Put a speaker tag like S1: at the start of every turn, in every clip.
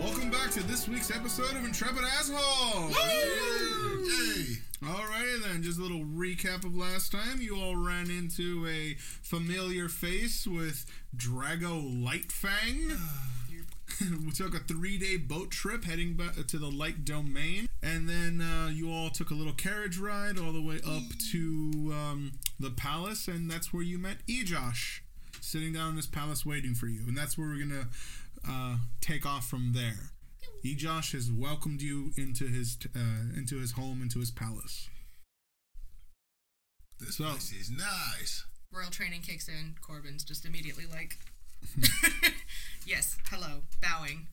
S1: Welcome back to this week's episode of Intrepid Asshole.
S2: Hey,
S1: Alrighty then, just a little recap of last time. You all ran into a familiar face with Drago Lightfang. we took a three-day boat trip heading ba- to the Light Domain, and then uh, you all took a little carriage ride all the way up to um, the palace, and that's where you met Ejosh, sitting down in his palace waiting for you, and that's where we're gonna uh, take off from there. Ejosh has welcomed you into his uh, into his home, into his palace.
S2: this
S1: So-
S2: place is nice.
S3: Royal training kicks in. Corbin's just immediately like, yes, hello, bowing.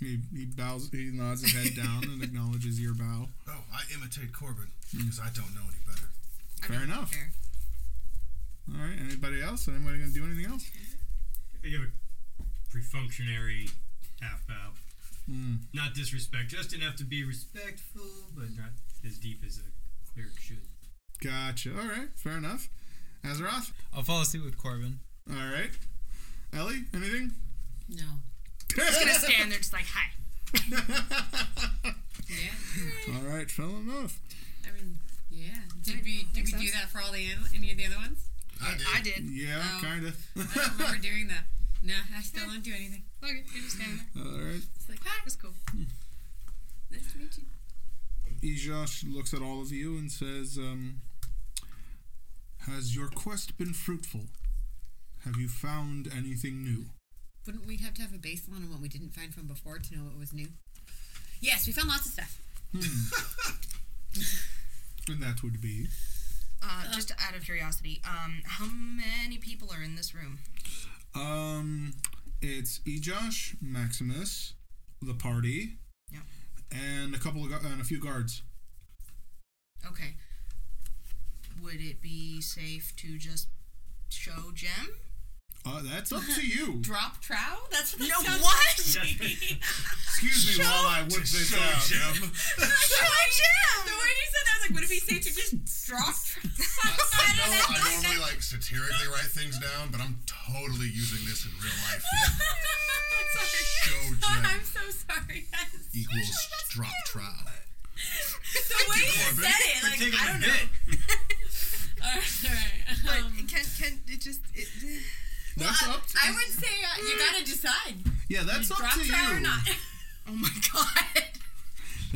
S1: He, he bows, he nods his head down and acknowledges your bow.
S2: Oh, I imitate Corbin because I don't know any better.
S3: I
S1: Fair
S3: don't
S1: enough.
S3: care.
S1: All right, anybody else? Anybody gonna do anything else?
S4: I give a pre-functionary half bow.
S5: Hmm.
S1: Mm.
S4: Not disrespect, just enough to be respectful, but not as deep as a cleric should.
S1: Gotcha. All right, fair enough. Azeroth.
S5: I'll follow suit with Corbin.
S1: All right. Ellie, anything?
S6: No.
S3: Just gonna stand there, just like, hi.
S6: Yeah.
S1: All right, fair enough.
S6: I mean, yeah. Did
S3: Right,
S6: we did
S3: makes
S6: we do
S3: sense.
S6: that for all the an- any of the other ones?
S2: I did.
S3: I did.
S1: Yeah,
S6: Oh.
S1: kind of.
S6: I don't remember doing that. No, I still don't do anything.
S3: Look, you're just standing there.
S1: All right.
S6: It's like, hi,
S3: It's cool.
S6: nice to meet you.
S1: Ijosh looks at all of you and says, um, "Has your quest been fruitful? Have you found anything new?"
S6: Wouldn't we have to have a baseline on what we didn't find from before to know what was new? Yes, we found lots of stuff.
S1: And that would be.
S3: Uh, just out of curiosity, um, how many people are in this room?
S1: Um, it's Ejosh, Maximus, the party,
S3: Yep.
S1: and a couple of gu- and a few guards.
S3: Okay. Would it be safe to just show Gem?
S1: Uh, that's up to you.
S6: Drop trow? That's what that
S3: No,
S6: sounds
S3: what?
S1: Excuse me while I whip this out.
S2: Gem.
S6: Like. The way you said that, I was like, would it be safe to just drop trow?
S2: I know I normally like satirically write things down, but I'm totally using this in real life.
S6: I'm
S2: Go,
S6: sorry.
S2: Jen.
S6: I'm so sorry. That's-
S2: Equals drop trow.
S6: The way you
S2: Corbin.
S6: said it, like,
S4: Taking
S6: I
S4: a
S6: don't know.
S4: bit.
S6: All right, all
S3: But
S6: right. Um,
S3: can can it just it,
S1: That's
S6: I,
S1: up. To,
S6: I would say uh, you gotta decide.
S1: yeah, that's up
S6: Drop
S1: to
S6: trow
S1: you.
S6: or not.
S3: Oh my god.
S1: That-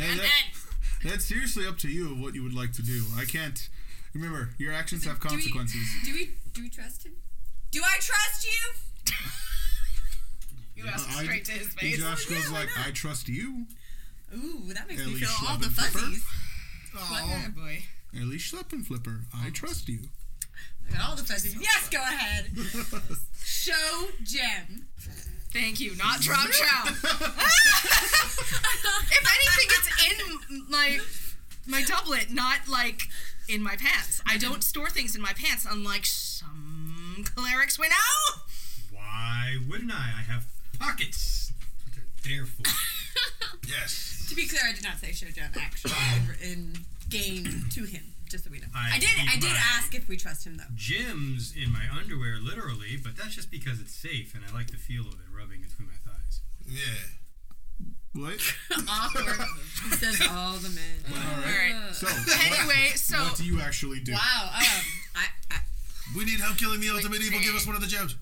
S6: And
S1: that-
S6: then,
S1: that's seriously up to you of what you would like to do. I can't. Remember, your actions have
S6: do we-
S1: consequences.
S6: Do we do we trust him? Do I trust you?
S3: You asked
S1: I-
S3: straight to his face.
S1: Josh
S6: yeah,
S1: goes
S6: why
S1: like,
S6: not?
S1: "I trust you,
S6: Ooh, that makes
S1: Ellie
S6: me feel all the
S1: Schleppenflipper.
S6: fuzzies.
S3: Oh boy.
S1: Ellie Schleppenflipper.
S6: Oh.
S1: I trust you."
S6: I got all the fuzzies. Yes, go ahead. Show gem.
S3: Thank you. Not drop chow. if anything, it's in my my doublet, not like in my pants. I don't store things in my pants, unlike some clerics we know.
S4: Why wouldn't I? I have pockets. They're there for.
S2: Yes.
S6: To be clear, I did not say show gem actually in, in game to him, just so we know. I,
S4: I
S6: did I
S4: keep
S6: did
S4: my-
S6: ask if we trust him though.
S4: Gems in my underwear, literally, but that's just because it's safe and I like the feel of it rubbing between my thighs.
S2: Yeah.
S1: What?
S6: Awkward. Says all the men.
S1: All
S3: All
S1: right.
S3: right.
S1: So,
S3: Anyway, so
S1: what do you actually do?
S6: Wow. Um, I, I
S2: We need help killing the ultimate evil. Give us one of the gems.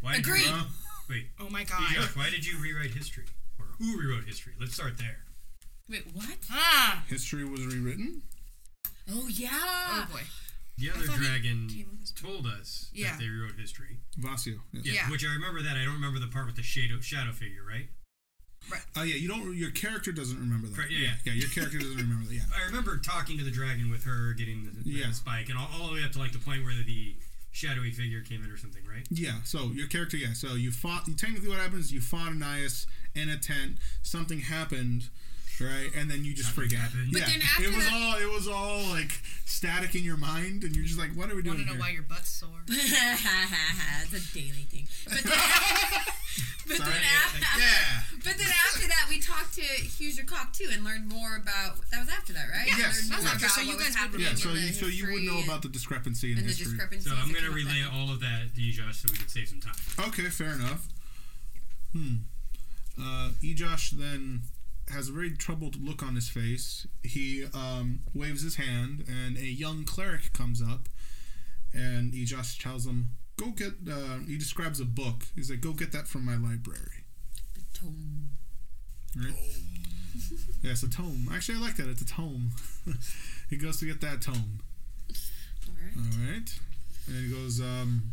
S4: Why did you-
S6: Agreed.
S1: Huh?
S4: wait,
S3: oh my god.
S4: Josh, why did you rewrite history? Or who rewrote history? Let's start there.
S6: wait. What?
S3: Ah.
S1: History was rewritten.
S6: Oh yeah.
S3: Oh boy.
S4: The other
S3: thought it
S4: dragon
S3: came with history.
S4: told us
S3: Yeah.
S4: that they rewrote history.
S1: Vasio. Yes.
S3: Yeah.
S4: Which I remember that. I don't remember the part with the shadow shadow figure, right?
S1: Oh yeah, you don't. Your character doesn't remember that.
S4: Right, yeah,
S1: yeah.
S4: yeah.
S1: Your character doesn't remember that. Yeah.
S4: I remember talking to the dragon with her, getting the, the
S1: Yeah.
S4: spike, and all, all the way up to like the point where the shadowy figure came in or something, right?
S1: Yeah. So your character. Yeah. So you fought. Technically, what happens? is You fought Anias in a tent. Something happened. Right, and then you just
S4: Something
S1: forget.
S4: happened.
S1: Yeah,
S6: But then after
S1: it was
S6: that-
S1: all it was all like static in your mind, and you're just like, "What are we doing
S3: Want to know
S1: here?"
S3: why your butt's sore?
S6: it's a daily thing. But then, but, then af-
S2: Yeah.
S6: but then after that, we talked to Hughes your Cock too and learned more about. That was after that, right?
S1: Yeah, Yes,
S6: Learned
S1: that was
S6: more
S3: after,
S6: about
S3: so you
S6: what was
S3: guys would
S6: happening
S1: Yeah,
S6: in
S1: so you,
S6: the
S1: so you would
S6: history
S1: know
S6: and-
S1: about the discrepancy in
S6: and the
S1: history.
S6: discrepancies.
S4: So I'm
S6: that
S4: gonna
S6: come up
S4: relay
S6: then.
S4: all of that to you, Josh, so we can save some time.
S1: okay, fair enough. Hmm. Uh, Ejosh then has a very troubled look on his face. He um, waves his hand, and a young cleric comes up, and Ejosh tells him, "Go get." Uh, he describes a book. He's like, "Go get that from my library."
S6: Tome.
S1: Yeah, it's a tome. Actually, I like that. It's a tome. he goes to get that tome.
S6: All right.
S1: All right, and he goes, um,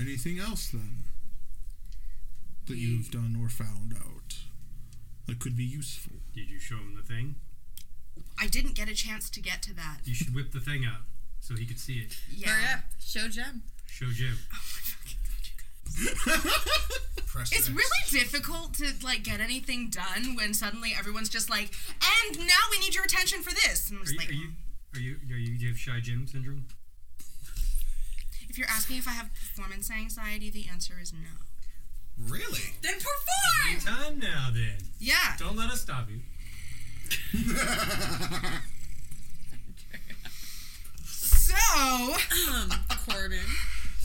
S1: "Anything else then that you've done or found out that could be useful?"
S4: Did you show him the thing?
S3: I didn't get a chance to get to that.
S4: You should whip the thing out so he could see it.
S3: Yeah.
S6: Hurry up. Show Jem.
S4: Show Jim.
S2: Press
S3: It's
S2: X.
S3: really difficult to like get anything done when suddenly everyone's just like, and now we need your attention for this. And I'm
S4: Are
S3: just
S4: you?
S3: like,
S4: Are you? Are you? Are you? Do you have shy Jim syndrome?
S3: if you're asking if I have performance anxiety, the answer is no.
S2: Really?
S6: Then perform!
S4: Time now, then.
S3: Yeah.
S4: Don't let us stop you.
S3: So
S6: Um, Corbin.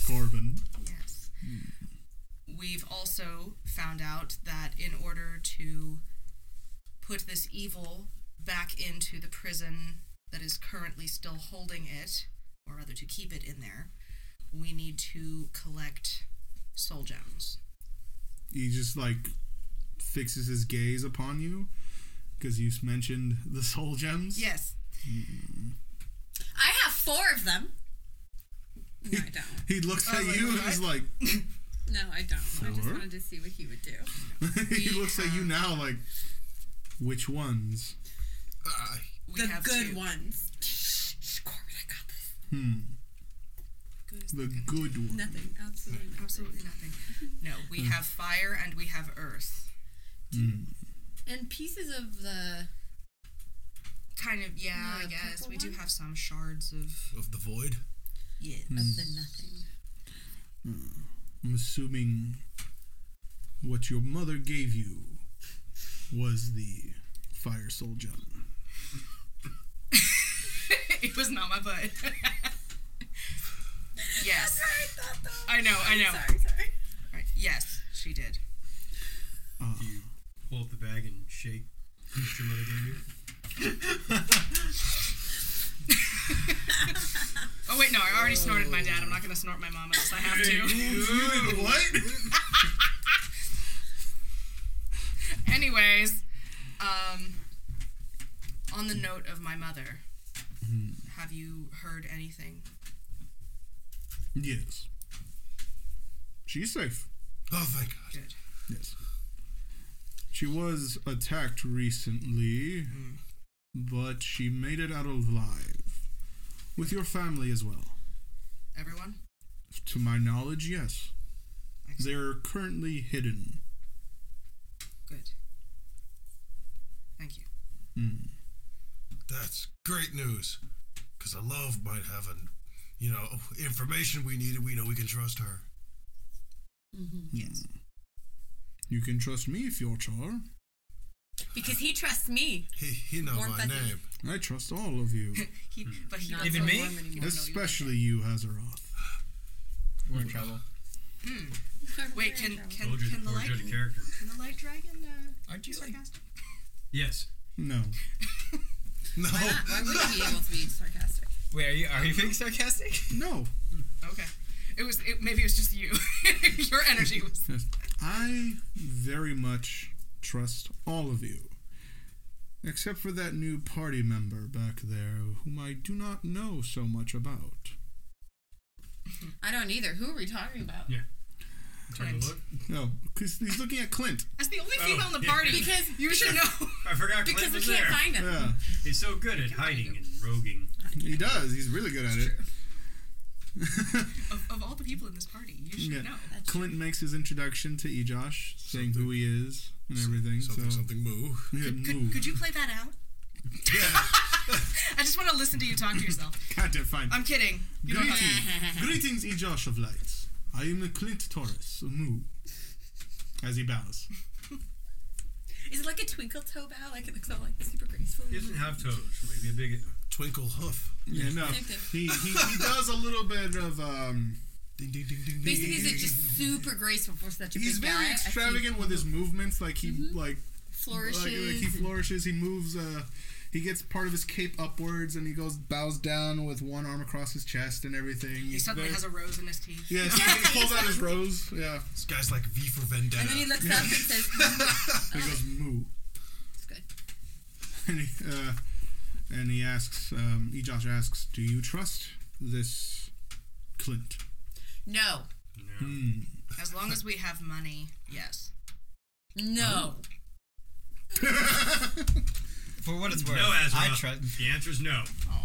S1: Corbin.
S3: yes,
S6: Hmm.
S3: we've also found out that in order to put this evil back into the prison that is currently still holding it, or rather to keep it in there, we need to collect soul gems.
S1: he just like fixes his gaze upon you because you mentioned the soul gems.
S3: Yes.
S6: I have four of them. No, I don't.
S1: He looks
S3: I
S1: at
S3: was like,
S1: you and
S3: "What?"
S1: he's like,
S6: No, I don't. I just
S1: Four?
S6: wanted to see what he would do.
S1: he looks at you now like, which ones?
S2: Uh,
S3: We have two.
S6: ones. Shh, shh, Corbin, I got this.
S1: Hmm. The good ones.
S6: Nothing. Absolutely nothing.
S3: Absolutely nothing. No, we
S2: Hmm.
S3: have fire and we have earth.
S1: Hmm.
S6: And pieces of the.
S3: Kind of, yeah, I
S6: Yeah,
S3: guess.
S6: purple
S3: We do
S6: one?
S3: have some shards of.
S2: of the void.
S3: Yes.
S6: Of
S1: Mm.
S6: the nothing.
S1: I'm assuming what your mother gave you was the fire soul gem.
S3: it was not my butt. yes. I know, I know.
S6: Sorry, sorry.
S3: Right. Yes, she did.
S4: Do you hold the bag and shake? What your mother gave you?
S3: Oh, wait, no, I already snorted my dad. I'm not going to snort my mom unless I have to.
S1: what?
S3: Anyways, um, on the note of my mother, have you heard anything?
S1: yes. She's safe.
S2: Oh, thank God.
S3: Good.
S1: Yes. She was attacked recently, but she made it out alive. With your family as well.
S3: Everyone?
S1: To my knowledge, yes.
S3: Excellent.
S1: They're currently hidden.
S3: Good. Thank you.
S2: That's great news. Because I love my having, you know, information we needed. We know we can trust her.
S1: Yes. Hmm. You can trust me if you're Char.
S6: Because he trusts me.
S2: He, he knows
S6: Warm
S2: my
S6: fuzzies.
S2: name.
S1: I trust all of you,
S3: He, but he
S6: Not
S3: doesn't
S4: Hmm. Even me?
S3: warm anymore.
S1: especially you, Hazaroth.
S5: We're in trouble.
S3: Wait, can can,
S4: Told you
S3: can the
S4: the poor
S3: light
S4: judge of character.
S3: can the light dragon uh,
S5: Aren't
S3: be
S5: you like
S3: sarcastic?
S4: Yes.
S1: No.
S2: No.
S6: Why, not? Why wouldn't he be able to be sarcastic?
S5: Wait, are you are you being sarcastic?
S1: No.
S3: Okay, it was it, maybe it was just you. Your energy was
S1: Yes. I very much trust all of you. Except for that new party member back there, whom I do not know so much about.
S6: I don't either. Who are we talking about?
S4: Yeah.
S3: Clint.
S1: No, because he's looking at Clint.
S3: That's the only female in the
S1: Oh.
S4: yeah.
S3: party.
S6: Because
S3: you should know.
S4: I forgot Clint
S6: Because we
S4: was
S6: can't
S4: there.
S6: find him.
S1: Yeah,
S4: He's so good at hiding and roguing.
S1: he does. He's really good at it.
S3: Of, of all the people in this party, you should
S1: Yeah.
S3: know.
S1: Clint makes his introduction to Ejosh, saying who he is and everything.
S2: Something,
S1: so
S2: something moo.
S1: yeah,
S3: Could,
S1: move.
S3: could you play that out? I just want to listen to you talk to yourself.
S1: Can't define.
S3: I'm kidding. You don't have
S1: Greetings, greetings, Ejosh of Lights. I am the Clint Taurus, Moo. As he bows.
S6: Is it like a twinkle toe bow? Like it looks all like super graceful.
S4: He doesn't have toes, so maybe a big.
S2: Twinkle hoof.
S1: Yeah, no.
S6: Same thing.
S1: He, he, he does a little bit of um
S2: Ding ding ding ding.
S6: Basically,
S2: ding,
S6: is it just super graceful for such a
S1: He's
S6: big guy? I
S1: very
S6: think Mm-hmm.
S1: extravagant with his movements. Like he like like,
S6: Flourishes.
S1: like he flourishes. He moves. Uh, he gets part of his cape upwards, and he goes bows down with one arm across his chest and everything.
S3: He
S1: He's
S3: suddenly
S1: very-
S3: has a rose in his teeth.
S1: yeah. he pulls out his rose. Yeah,
S2: This guy's like V for Vendetta.
S6: and then he looks up and says, "Mm,
S1: and he goes moo,
S6: "That's good."
S1: and he, uh, and he asks. Um, e Josh asks, "Do you trust this Clint?"
S6: No,
S4: No.
S3: As long as we have money, yes.
S6: no.
S1: Uh-huh.
S5: For what it's worth,
S4: No, Ezra.
S5: I trust.
S4: The answer is no.
S6: All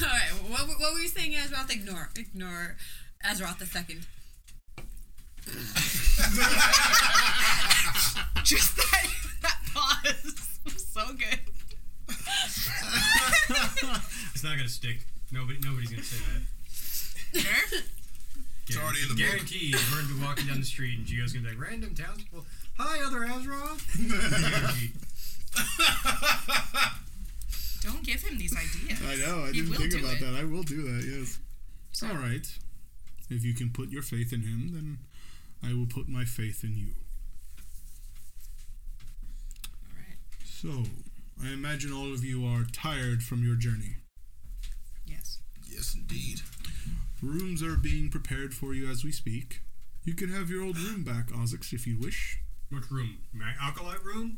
S6: right. What, were- what were you saying, Azeroth? Ignore, ignore, Azeroth the second.
S3: Just that, that pause was so good.
S4: It's not gonna stick. Nobody, nobody's gonna say that.
S3: Sure.
S4: It's
S2: already in the book.
S4: Guaranteed. We're gonna be walking down the street, and Gio's gonna be like, "Random townspeople, hi, other Azeroth." Guaranteed.
S3: Don't give him these ideas.
S1: I know. I
S3: He
S1: didn't
S3: will
S1: think
S3: do
S1: about
S3: it.
S1: that. I will do that. Yes. All right. If you can put your faith in him, then I will put my faith in you.
S3: All right.
S1: So, I imagine all of you are tired from your journey.
S3: Yes.
S2: yes, indeed.
S1: Rooms are being prepared for you as we speak. You can have your old room back, Ozix, if you wish.
S4: What room? My alkalite room,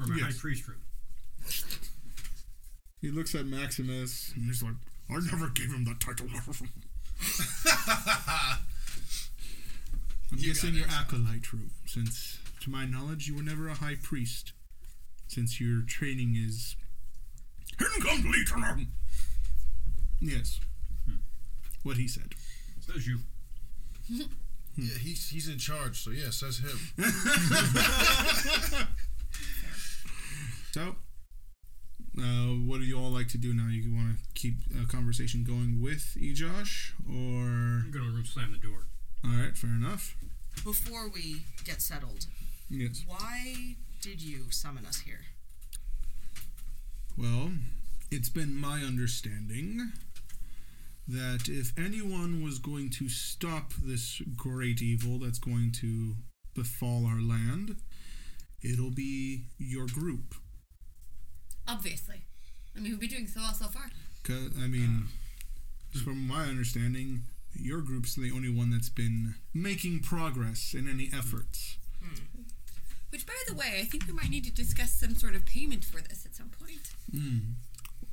S4: or my
S1: Yes.
S4: high priest room?
S1: He looks at Maximus and he's like, I never gave him that title. I'm guessing your acolyte room, since, to my knowledge, you were never a high priest, since your training is incomplete. Yes, what he said.
S4: So is you.
S2: Yeah, he's he's in charge. So yes, that's him.
S1: So, uh, what do you all like to do now? You want to keep a conversation going with Ejosh, or
S4: I'm gonna room slam the door.
S1: all right, fair enough.
S3: Before we get settled,
S1: Yes.
S3: why did you summon us here?
S1: Well, it's been my understanding that if anyone was going to stop this great evil that's going to befall our land, it'll be your group.
S6: Obviously, I mean, we've been doing so well so far.
S1: 'Cause, I mean, from my understanding, your group's the only one that's been making progress in any efforts.
S6: Which, by the way, I think we might need to discuss some sort of payment for this at some point.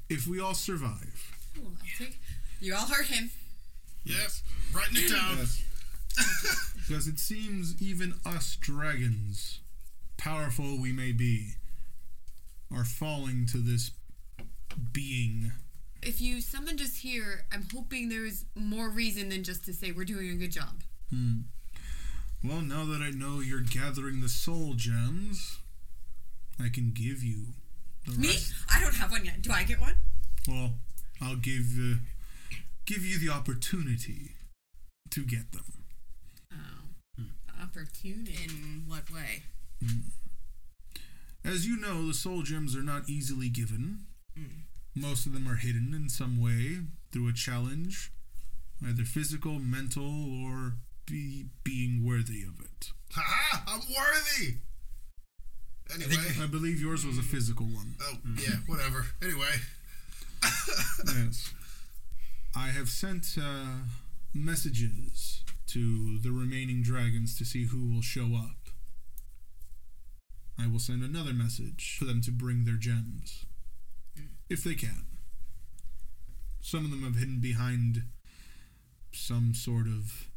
S1: If we all survive,
S6: Ooh, I'll take- You all heard him.
S2: Yep, writing it down.
S1: Yes. because it seems even us dragons, powerful we may be, are falling to this being.
S6: If you summoned us here, I'm hoping there's more reason than just to say we're doing a good job.
S1: Well, now that I know you're gathering the soul gems, I can give you the
S6: Me?
S1: rest.
S6: I don't have one yet. Do I get one?
S1: Well, I'll give uh, give you the opportunity to get them.
S6: Oh, Hmm. opportunity.
S3: In what way?
S1: As you know, the soul gems are not easily given. Most of them are hidden in some way through a challenge, either physical, mental, or be being worthy of it.
S2: Ha ha! I'm worthy. Anyway,
S1: I believe yours was a physical one.
S2: oh yeah, whatever. Anyway,
S1: yes. I have sent uh, messages to the remaining dragons to see who will show up. I will send another message for them to bring their gems. If they can. Some of them have hidden behind some sort of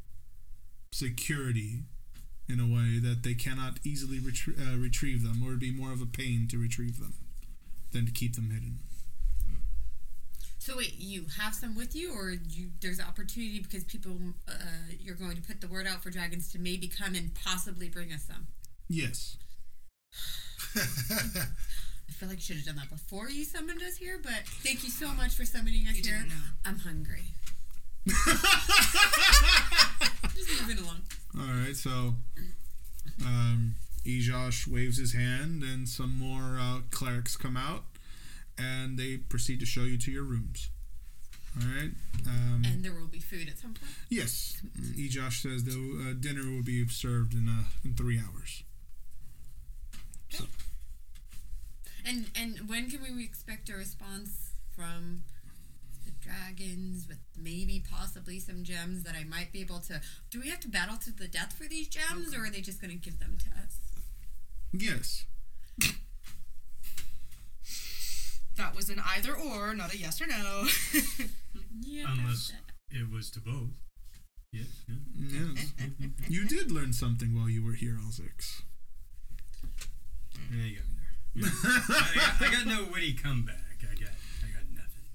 S1: security in a way that they cannot easily retrie- uh, retrieve them, or it'd be more of a pain to retrieve them than to keep them hidden.
S6: So wait, you have some with you, or you there's opportunity because people uh, you're going to put the word out for dragons to maybe come and possibly bring us some.
S1: Yes.
S6: I feel like you should have done that before you summoned us here, but thank you so much for summoning us
S3: You
S6: here.
S3: didn't know.
S6: I'm hungry. Just moving along.
S1: All right, so um, Ejosh waves his hand, and some more uh, clerics come out, and they proceed to show you to your rooms. All right. Um,
S6: and there will be food at some point.
S1: yes, E. Josh says though uh, dinner will be served in uh, in three hours.
S6: And and when can we expect a response from the dragons with maybe possibly some gems that I might be able to? Do we have to battle to the death for these gems, or are they just going to give them to us?
S1: Yes.
S3: That was an either or, not a yes or no.
S6: Yeah.
S4: Unless- It was to both. Yeah, yeah.
S1: Mm. Yes. you did learn something while you were here, Alzix.
S4: Yeah, you got me there. Yeah. I, I, I got no witty comeback. I got, I got nothing.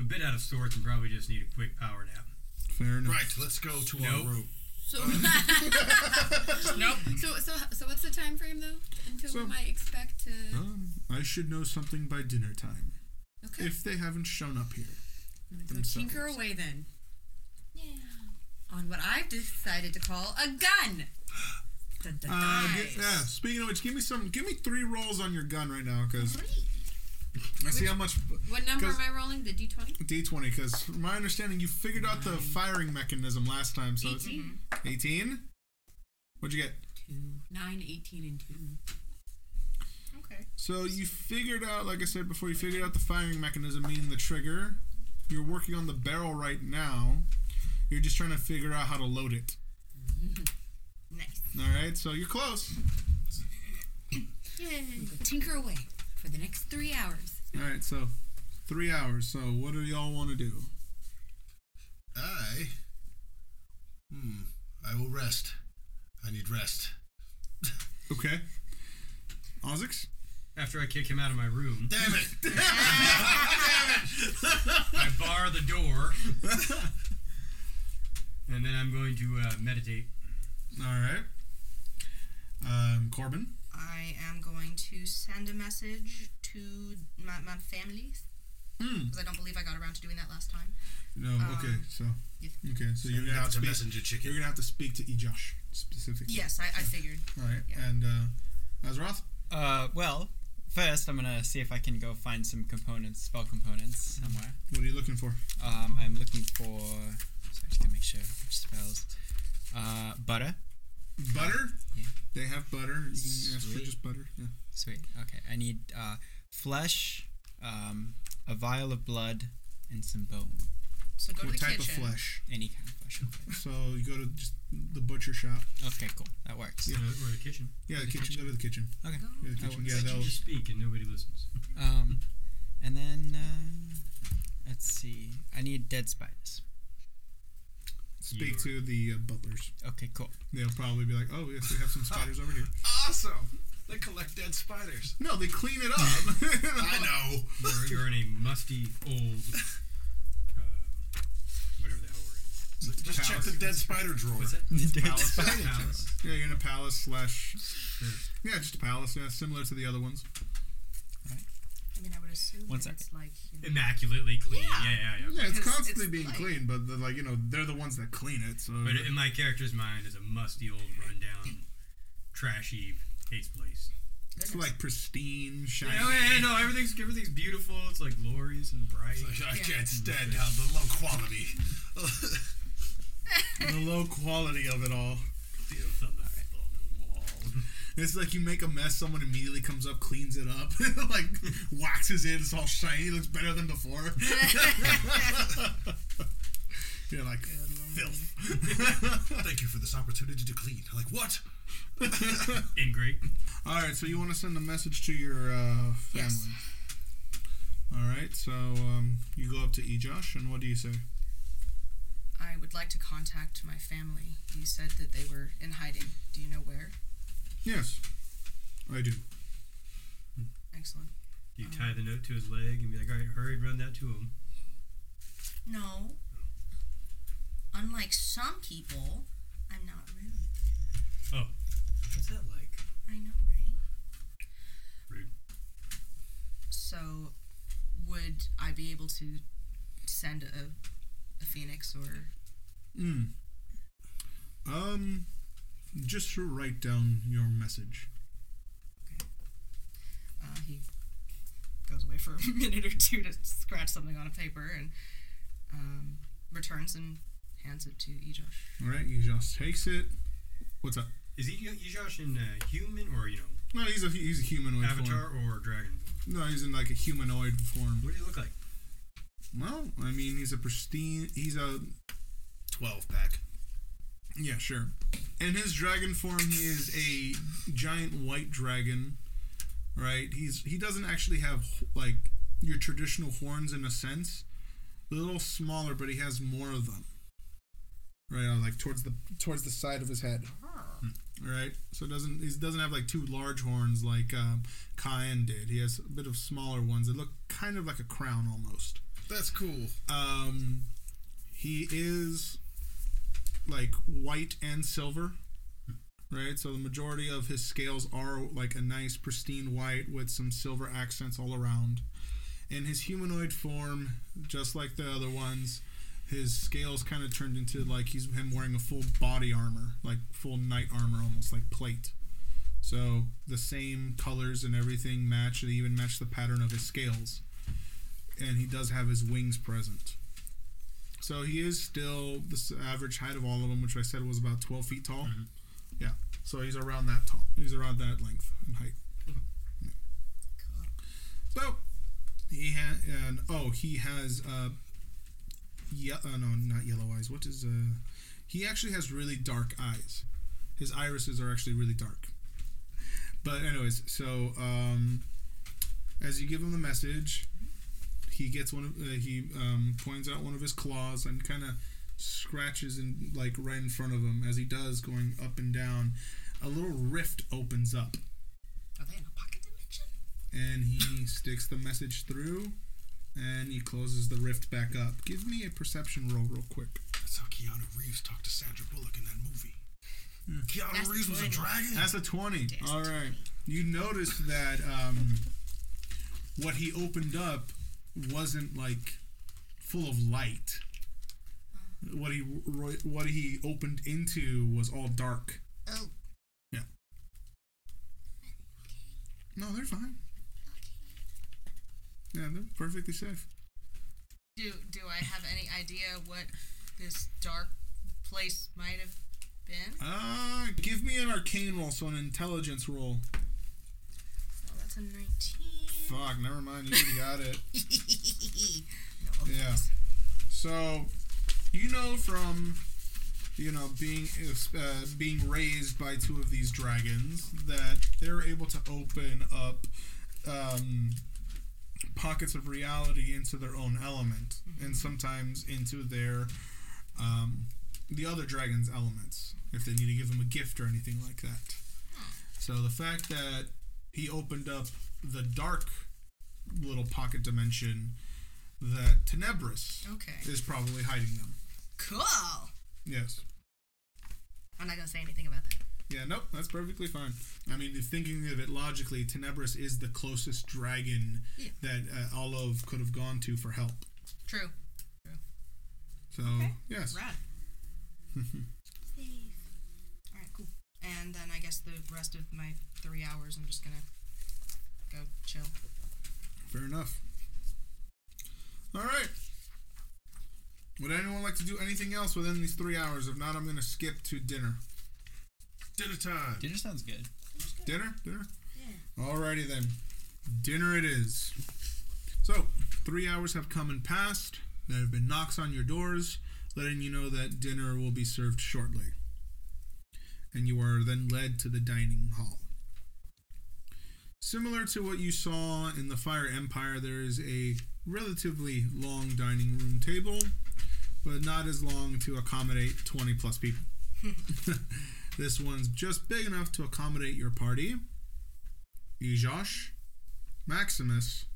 S4: I'm a bit out of sorts and probably just need a quick power nap.
S1: Fair enough.
S2: Right, let's go to
S4: Nope.
S2: our rope.
S6: So,
S5: Nope.
S6: so so so what's the time frame though until
S1: So-
S6: we might expect to?
S1: Um, I should know something by dinner time
S6: Okay.
S1: if they haven't shown up here.
S6: I'm gonna go
S1: themselves.
S6: tinker away then. Yeah. On what I've decided to call a gun. Dun, dun,
S1: Uh,
S6: dun.
S1: g- yeah, speaking of which, give me some, give me three rolls on your gun right now, because I see how much
S6: What number
S1: 'cause-
S6: am I rolling? The D twenty.
S1: D twenty. Because from my understanding, you figured out the firing mechanism last time, so it's
S6: Eighteen.
S1: eighteen. What'd you get?
S6: Two. Nine, eighteen, and two.
S3: okay.
S1: So you figured out, like I said before, you figured out the firing mechanism, meaning the trigger. You're working on the barrel right now. You're just trying to figure out how to load it.
S6: Nice.
S1: All right, so you're close.
S6: Yay. Tinker away for the next three hours.
S1: All right, so three hours. So what do y'all want to do?
S2: I. Hmm. I will rest. I need rest.
S1: Okay. Ozix?
S4: After I kick him out of my room,
S2: Damn it!
S4: I bar the door, and then I'm going to uh, meditate.
S1: All right. Um, Corbin?
S3: I am going to send a message to my, my family
S1: Hmm.
S3: because I don't believe I got around to doing that last time.
S1: No, okay, so.
S3: Um, yeah.
S1: Okay, so you're
S2: You're
S1: gonna
S2: out
S1: have to
S2: to
S1: speak,
S2: messenger
S1: You're
S2: chicken.
S1: gonna have to speak to E. Josh specifically.
S3: Yes, I, I figured.
S1: All right,
S3: Yeah.
S1: and uh, Azeroth.
S5: Uh, well, first I'm gonna see if I can go find some components, spell components somewhere.
S1: What are you looking for?
S5: Um, I'm looking for. So I just gotta make sure which spells. Uh, butter.
S1: Butter.
S5: Yeah.
S1: They have butter. You can ask for
S5: Sweet.
S1: just butter. Yeah.
S5: Sweet. Okay. I need uh, flesh, um, a vial of blood, and some bone.
S3: So go
S1: what
S3: to the
S1: type
S3: kitchen.
S1: of flesh?
S5: Any kind of flesh. Okay.
S1: So you go to just the butcher shop.
S5: okay. Cool. That works.
S1: Yeah.
S4: Or the- or the kitchen.
S1: Yeah, the,
S5: The
S1: kitchen.
S5: kitchen.
S1: Go to the kitchen.
S5: Okay.
S1: Yeah, the
S5: That
S1: kitchen.
S5: works.
S1: Yeah,
S4: I can
S1: they'll.
S4: just speak and nobody listens.
S5: Um, and then uh, let's see. I need dead spiders.
S1: Speak
S4: You're-
S1: to the uh, butlers.
S5: Okay. Cool.
S1: They'll probably be like, "Oh, yes, we have some spiders over here."
S2: Awesome! They collect dead spiders.
S1: No, they clean it up.
S2: I know.
S4: You're, you're in a musty old, um, whatever the hell we're
S2: So just check the dead spider drawer.
S4: in. What's it?
S5: The dead
S4: Palace.
S5: spider.
S4: Palace.
S1: Yeah, you're in a palace slash. Yeah, just a palace. Yeah, similar to the other ones.
S3: I mean, I would assume
S5: One
S3: that
S5: second.
S3: it's like you know,
S4: Immaculately clean.
S3: Yeah.
S4: Yeah, yeah, yeah.
S1: Yeah, it's
S3: Because
S1: constantly
S3: it's
S1: being
S3: like-
S1: cleaned, but the, like you know, they're the ones that clean it. So
S4: But in my character's mind, is a musty old, rundown, trashy, hates place.
S1: it's like pristine, shiny.
S4: Yeah, yeah, yeah, no, everything's everything's beautiful. It's like glorious and bright.
S2: I can't stand how the low quality.
S1: the low quality of it all.
S4: Filth on the, on the wall.
S1: It's like you make a mess, someone immediately comes up, cleans it up, like waxes it. It's all shiny, looks better than before. You're like filth.
S2: Thank you for this opportunity to clean. Like what?
S4: Ingrate.
S1: All right, so you want to send a message to your uh, family.
S3: Yes.
S1: All right, so um, you go up to E. Josh, and what do you say?
S3: I would like to contact my family. You said that they were in hiding. Do you know where?
S1: Yes, I do.
S3: Excellent.
S4: You tie the note to his leg and be like, "All right, hurry, run that to him."
S3: No. Unlike some people, I'm not rude.
S4: Oh, what's that like?
S3: I know, right?
S4: Rude.
S3: So, would I be able to send a, a phoenix or
S1: Mm. Um, just to write down your message.
S3: uh, he goes away for a minute or two to scratch something on a paper and um, returns and hands it to Ejosh.
S1: All right, he just takes it. What's up?
S4: Is he Ejosh in uh, human or you know
S1: No, he's a he's a humanoid
S4: avatar
S1: form.
S4: or dragon? form?
S1: No, he's in like a humanoid form.
S4: What do you look like?
S1: Well, I mean, he's a pristine. He's a
S2: 12 pack.
S1: yeah, sure. In his dragon form, he is a giant white dragon. Right? He's he doesn't actually have like your traditional horns in a sense. A little smaller, but he has more of them. Right, on like towards the towards the side of his head. Right, so it doesn't he doesn't have like two large horns like um, Kyan did. He has a bit of smaller ones that look kind of like a crown almost.
S2: That's cool.
S1: Um, he is like white and silver, right? So the majority of his scales are like a nice pristine white with some silver accents all around. In his humanoid form, just like the other ones, his scales kind of turned into like he's him wearing a full body armor, like full knight armor, almost like plate. So the same colors and everything match. They even match the pattern of his scales and he does have his wings present. So he is still the s- average height of all of them, which I said was about 12 feet tall. Yeah. So he's around that tall. He's around that length and height. Yeah. So he ha- and oh, he has uh, yeah, uh, no, not yellow eyes. What is uh? He actually has really dark eyes. His irises are actually really dark. But anyways, so um, as you give him the message, he gets one of uh, he um, points out one of his claws and kind of scratches and like right in front of him as he does going up and down a little rift opens up
S3: Are they in a pocket dimension?
S1: and he sticks the message through and he closes the rift back up give me a perception roll real quick
S2: That's how Keanu Reeves talked to Sandra Bullock in that movie. Keanu
S3: That's
S2: Reeves was a
S3: good.
S2: dragon.
S1: That's a 20.
S3: Yes,
S1: All right. You notice that um, what he opened up wasn't like full of light. What he ro- what he opened into was all dark.
S3: Oh.
S1: Yeah. No, they're fine. Yeah, they're perfectly safe.
S3: Do do I have any idea what this dark place might have been?
S1: Uh, give me an arcane roll, so an intelligence roll.
S3: Well, Oh, that's a nineteen.
S1: Fuck, never mind. You already got it.
S3: no,
S1: Yeah.
S3: offense.
S1: So, you know from you know being uh, being raised by two of these dragons that they're able to open up um, pockets of reality into their own element and sometimes into their um, the other dragon's elements if they need to give them a gift or anything like that. So the fact that he opened up the dark little pocket dimension that Tenebris
S3: Okay.
S1: is probably hiding them.
S3: Cool.
S1: Yes.
S3: I'm not gonna say anything about that.
S1: Yeah, nope, that's perfectly fine. I mean, if thinking of it logically, Tenebris is the closest dragon
S3: Yeah.
S1: that uh, Olive could have gone to for help.
S3: True.
S1: So, yes.
S3: Rad. All right, cool. And then I guess the rest of my three hours, I'm just gonna go chill.
S1: Fair enough. All right. Would anyone like to do anything else within these three hours? If not, I'm going to skip to dinner.
S2: Dinner time.
S5: Dinner sounds good.
S1: Dinner? Dinner? Yeah. Alrighty then. Dinner it is. So, three hours have come and passed. There have been knocks on your doors, letting you know that dinner will be served shortly. And you are then led to the dining hall. Similar to what you saw in the Fire Empire, there is a relatively long dining room table, but not as long to accommodate 20 plus people. This one's just big enough to accommodate your party. Ejosh, Maximus,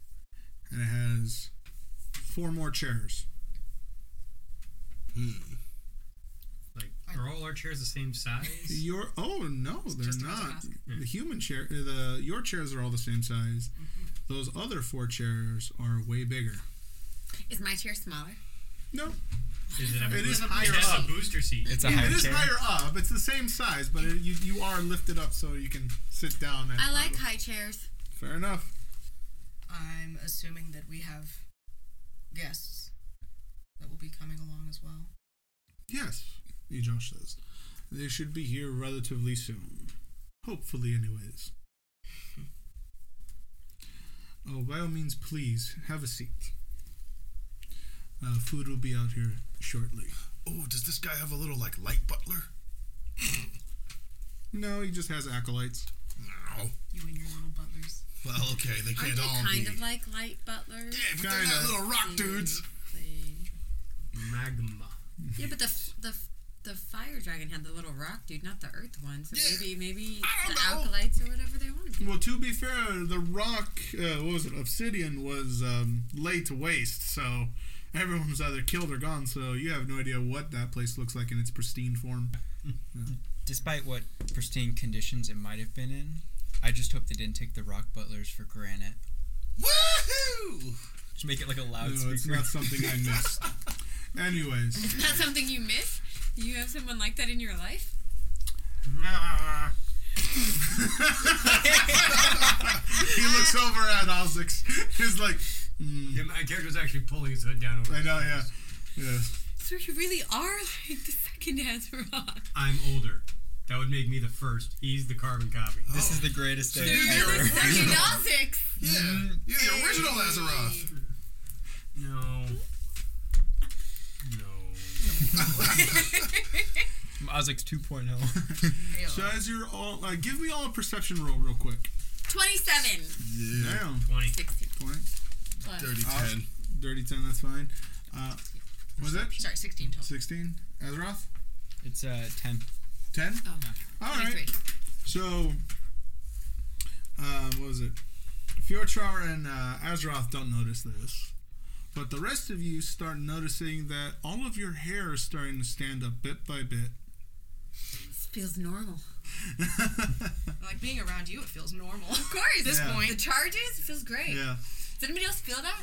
S1: and it has four more chairs.
S4: Like are all our chairs the same size?
S1: Your oh no, they're
S3: just about to
S1: not.
S3: ask.
S1: The human chair, uh, the your chairs are all the same size.
S3: Mm-hmm.
S1: Those other four chairs are way bigger.
S6: Is my chair smaller?
S1: No,
S4: Is it, a
S1: it is
S4: booster-
S1: higher
S4: that's
S1: up.
S4: a booster seat.
S5: It's a
S1: Yeah,
S5: higher
S1: it is
S5: chair.
S1: higher up. It's the same size, but it, you you are lifted up so you can sit down. At
S6: I like high chairs.
S1: Fair enough.
S3: I'm assuming that we have guests. that will be coming along as well.
S1: Yes, E. Josh says. They should be here relatively soon. Hopefully, anyways. oh, by all means, please, have a seat. Uh, food will be out here shortly.
S2: Oh, does this guy have a little like light butler?
S1: No, he just has acolytes.
S2: No.
S3: You and your little butlers.
S2: Well, okay, they
S6: Aren't
S2: can't
S6: they
S2: all
S6: kind
S2: be.
S6: of like Hmm. light butlers?
S2: yeah, but they're not
S1: Kinda.
S2: little rock dudes.
S6: They-
S4: Magma.
S6: Yeah, but the f- the f- the fire dragon had the little rock dude, not the earth one. So
S2: Yeah.
S6: maybe maybe
S2: I
S6: the
S2: don't know.
S6: alkalites or whatever they want.
S1: Well, to be fair, the rock, uh, what was it, obsidian was um, laid to waste, so everyone was either killed or gone, so you have no idea what that place looks like in its pristine form.
S5: Despite what pristine conditions it might have been in, I just hope they didn't take the rock butlers for granted.
S2: Woohoo!
S5: Just make it like a
S1: No, it's
S5: loudspeaker.
S1: not something I missed. Anyways.
S6: It's not something you miss. You have someone like that in your life.
S4: Ah.
S1: he looks over at Ozix. He's like, mm.
S4: Yeah, my character's actually pulling his hood down over.
S1: I
S4: his
S1: know, yeah.
S4: eyes.
S1: Yeah.
S6: So you really are like the second hands rock.
S4: I'm older. That would make me the first. He's the carbon copy.
S5: this is the greatest day
S6: You're really
S5: ever.
S6: second Ozix.
S2: Yeah, yeah, the original Azeroth.
S4: No. No.
S5: Ozix 2.0.
S3: Heyo.
S1: So as you're all, uh, give me all a perception roll real quick.
S6: Twenty-seven.
S2: Yeah,
S1: Damn.
S4: Twenty.
S6: Sixteen.
S1: 20.
S6: Plus.
S2: dirty
S1: Uh,
S2: ten.
S1: Dirty 10, that's fine. Uh, was it?
S3: Sorry, 16 total.
S1: 16? Azeroth?
S5: It's uh 10.
S1: 10?
S6: Oh,
S1: All right.
S6: 23.
S1: So, uh, what was it? Fjorchar and uh, Azeroth don't notice this, but the rest of you start noticing that all of your hair is starting to stand up bit by bit.
S6: This feels normal.
S3: Like being around you, it feels normal.
S6: Of course.
S1: this Yeah. point.
S6: The charges it feels great.
S1: Yeah,
S6: Does anybody else feel that?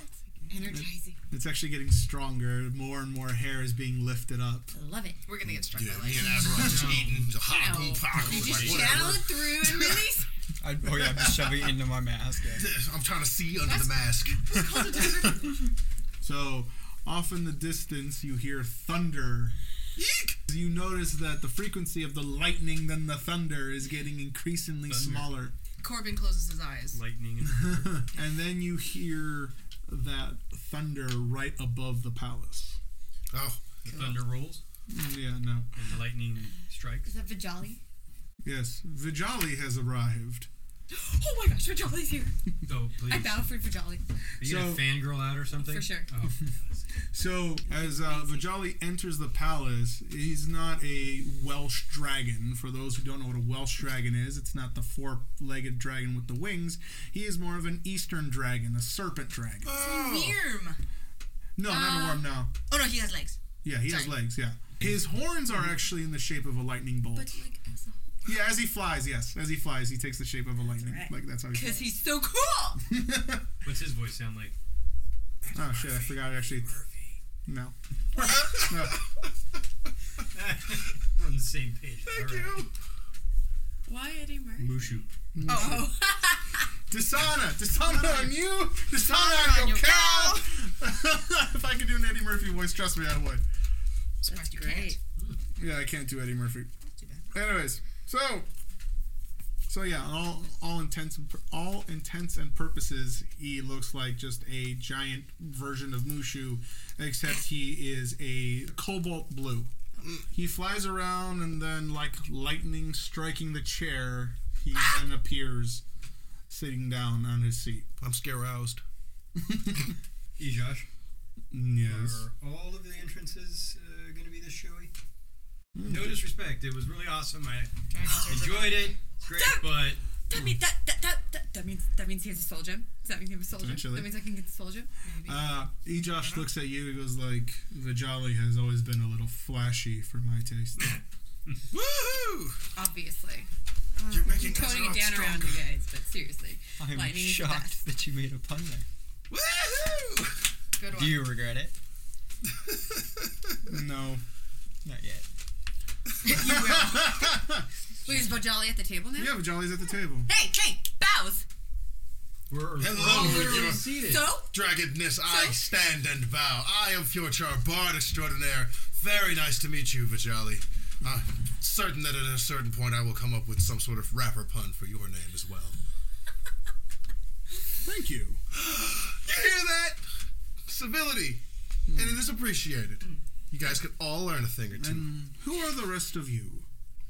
S6: It's energizing.
S1: it's actually getting stronger. More and more hair is being lifted up.
S6: I love it.
S3: We're gonna get struck
S2: Yeah,
S3: by
S2: me and
S3: lightning.
S2: Azeroth just eating the
S6: No.
S2: hot
S6: You
S2: pockets,
S6: just
S2: like
S6: channel
S2: whatever.
S6: it through and release.
S5: I, oh yeah, I'm just shoving it into my mask. yeah.
S2: I'm trying to see under the mask.
S1: So, off in the distance, you hear thunder.
S2: Eek!
S1: You notice that the frequency of the lightning than the thunder is getting increasingly
S4: Thunder.
S1: smaller.
S3: Corbin closes his eyes.
S4: Lightning. And-
S1: and then you hear that thunder right above the palace.
S2: Oh,
S4: The thunder rolls
S1: Mm, Yeah, no.
S4: and the lightning strikes.
S6: Is that Vajali?
S1: Yes, Vijali has arrived.
S6: Oh my gosh, Vajali's here.
S4: Oh, please.
S6: I bow for Vajali.
S4: Are you gonna
S1: So-
S4: fangirl out or something?
S6: For sure.
S4: Oh, for God's sake.
S1: So, as uh, Vijali enters the palace, he's not a Welsh dragon. For those who don't know what a Welsh dragon is, it's not the four legged dragon with the wings. He is more of an Eastern dragon, a serpent dragon.
S3: Worm.
S1: No, not a worm, no.
S3: Oh no, he has legs.
S1: Yeah, he has
S3: sorry.
S1: legs, yeah. His horns are actually in the shape of a lightning bolt.
S6: But like as a whole.
S1: yeah, as he flies, yes. As he flies, he takes the shape of a lightning.
S6: right.
S1: Like, that's how he
S6: Because
S1: flies.
S6: he's so cool.
S4: What's his voice sound like?
S1: oh, shit, I forgot actually.
S4: Murphy.
S1: No.
S4: We're on the same page. Thank you.
S6: Why Eddie Murphy?
S4: Mushu.
S6: Oh.
S1: Dishonor! Dishonor on you! Dishonor
S3: Dishonor
S1: on
S3: on
S1: your
S3: your
S1: cow! if I could do an Eddie Murphy voice, trust me, I would.
S3: Surprised you can't.
S1: Yeah, I can't do Eddie Murphy.
S3: Too bad.
S1: Anyways, so so yeah, on all all intents and pur- all intents and purposes, he looks like just a giant version of Mushu, except he is a cobalt blue. He flies around and then, like lightning striking the chair, he then appears sitting down on his seat.
S2: I'm scare roused.
S4: Hey, Josh.
S1: Yes.
S4: Are all of the entrances uh, going to be this showy? No disrespect. It was really awesome. I
S3: Dragons are
S4: enjoyed it. It's Great, but
S6: That means that, that that that that means that means he has a soul gem. Does that mean he has a soul gem?
S1: Eventually.
S6: That means I can get the soul gem.
S1: Uh, E. Josh looks at you and goes like, "Vajali has always been a little flashy for my taste."
S2: Woohoo!
S6: Obviously.
S2: You're making
S6: I'm toning
S2: Azeroth
S6: it down around
S2: stronger.
S6: you guys, but seriously,
S5: I'm
S6: lightning is the
S5: shocked
S6: best.
S5: that you made a pun there.
S2: Woohoo!
S3: Good
S5: Do
S3: one.
S5: you regret it?
S1: no.
S5: Not yet.
S6: Wait, is Bojali at the table now?
S1: Yeah, Vajali's at the table.
S6: Hey, hey, bows.
S4: We're
S2: Hello,
S4: we're
S2: Ricky.
S4: literally seated.
S6: So
S2: Dragoness, I stand and bow. I am Fjorchar, Bard Extraordinaire. Very nice to meet you, Vajali. I'm certain that at a certain point I will come up with some sort of rapper pun for your name as well.
S1: Thank you.
S2: You hear that? Civility. And it is appreciated. You guys could all learn a thing or two.
S1: Mm. Who are the rest of you?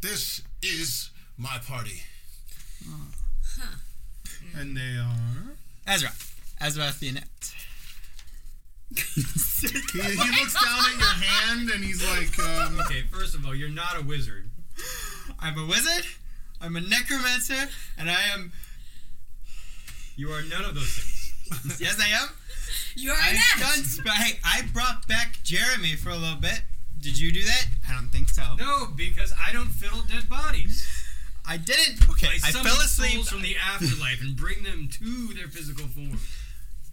S2: this is my party.
S1: And they are.
S5: Ezra. Ezra Theonet.
S1: He, he looks down at your hand and he's like, um,
S4: Okay, first of all, you're not a wizard.
S5: I'm a wizard, I'm a necromancer, and I am.
S4: You are none of those things.
S5: Yes, I am.
S6: you're
S5: I've
S6: next.
S5: done. Sp- hey, I brought back Jeremy for a little bit. Did you do that? I don't think so.
S4: No, because I don't fiddle dead bodies.
S5: I didn't. Okay,
S4: I,
S5: I
S4: summon
S5: fell asleep.
S4: souls from the afterlife and bring them to their physical form.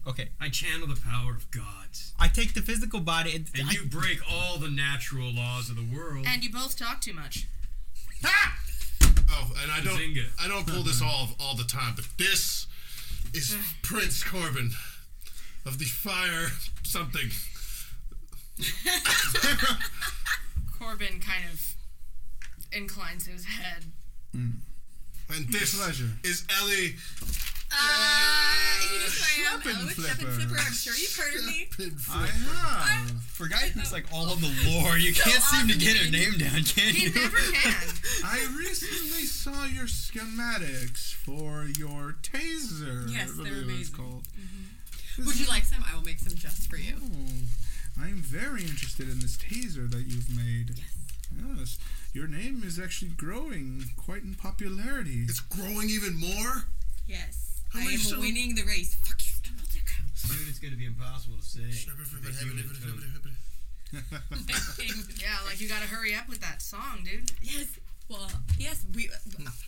S5: okay,
S4: I channel the power of gods,
S5: I take the physical body and,
S4: and
S5: I-
S4: you break all the natural laws of the world.
S3: And you both talk too much.
S2: Oh, and I don't
S4: Bazinga.
S2: I don't pull this all all the time, but this is Prince Corbin of the fire something.
S3: Corbin kind of inclines his head.
S2: And this
S1: Pleasure.
S2: is Ellie
S6: Uh, you just I am.
S1: Schleppen
S6: Elwood Schleppen
S1: Flipper.
S6: Flipper. I'm sure you've heard of me.
S1: I have.
S5: for a guy who's like all on the lore, you can't seem to get her name down, can
S3: He
S5: you?
S3: never can.
S1: I recently saw your schematics for your taser.
S6: Yes,
S1: I believe
S6: they're
S1: it's
S6: amazing. Mm-hmm.
S1: called.
S6: Would you like some? I will make some just for you.
S1: Oh, I'm very interested in this taser that you've made.
S6: Yes.
S1: Yes. Your name is actually growing quite in popularity.
S2: It's growing even more.
S6: Yes.
S2: How
S6: I
S2: many
S6: am
S2: so-
S6: winning the race. Fuck you, stumble
S4: Soon it's going to be impossible to say. They do it at times.
S6: dick.
S3: Yeah, like you gotta hurry up with that song, dude.
S6: yes. Well, yes. We.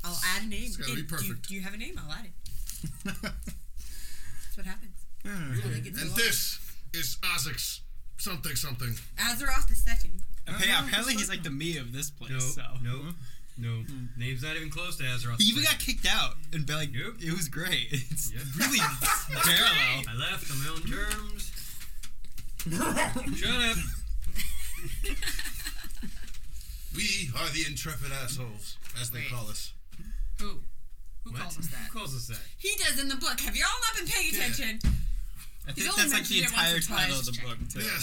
S6: I'll add a name.
S2: It's gotta be
S6: It- do you-
S2: perfect.
S6: Do you, have a name? I'll add it. That's what happens.
S1: Alright.
S6: They get so
S2: And
S6: long.
S2: this is Ozix something something.
S6: Azeroth the second.
S5: Okay, apparently he's like the me of this place.
S4: No,
S5: so.
S4: no, no. Name's not even close to Azeroth.
S5: He even got kicked out, and be like,
S4: Yep.
S5: it was great. It's
S4: Yep.
S5: really parallel.
S4: I left on my own terms. Shut up.
S2: We are the intrepid assholes, as they
S3: Wait.
S2: call us.
S3: Who? Who
S4: What?
S3: calls us that?
S4: Who calls us that?
S6: He does in the book. Have you all not been paying attention?
S5: I
S6: He's
S5: think
S6: only
S5: that's like the
S6: mentioned it once
S5: entire
S6: or
S5: title of
S6: twice.
S5: the book. Too.
S2: Yes.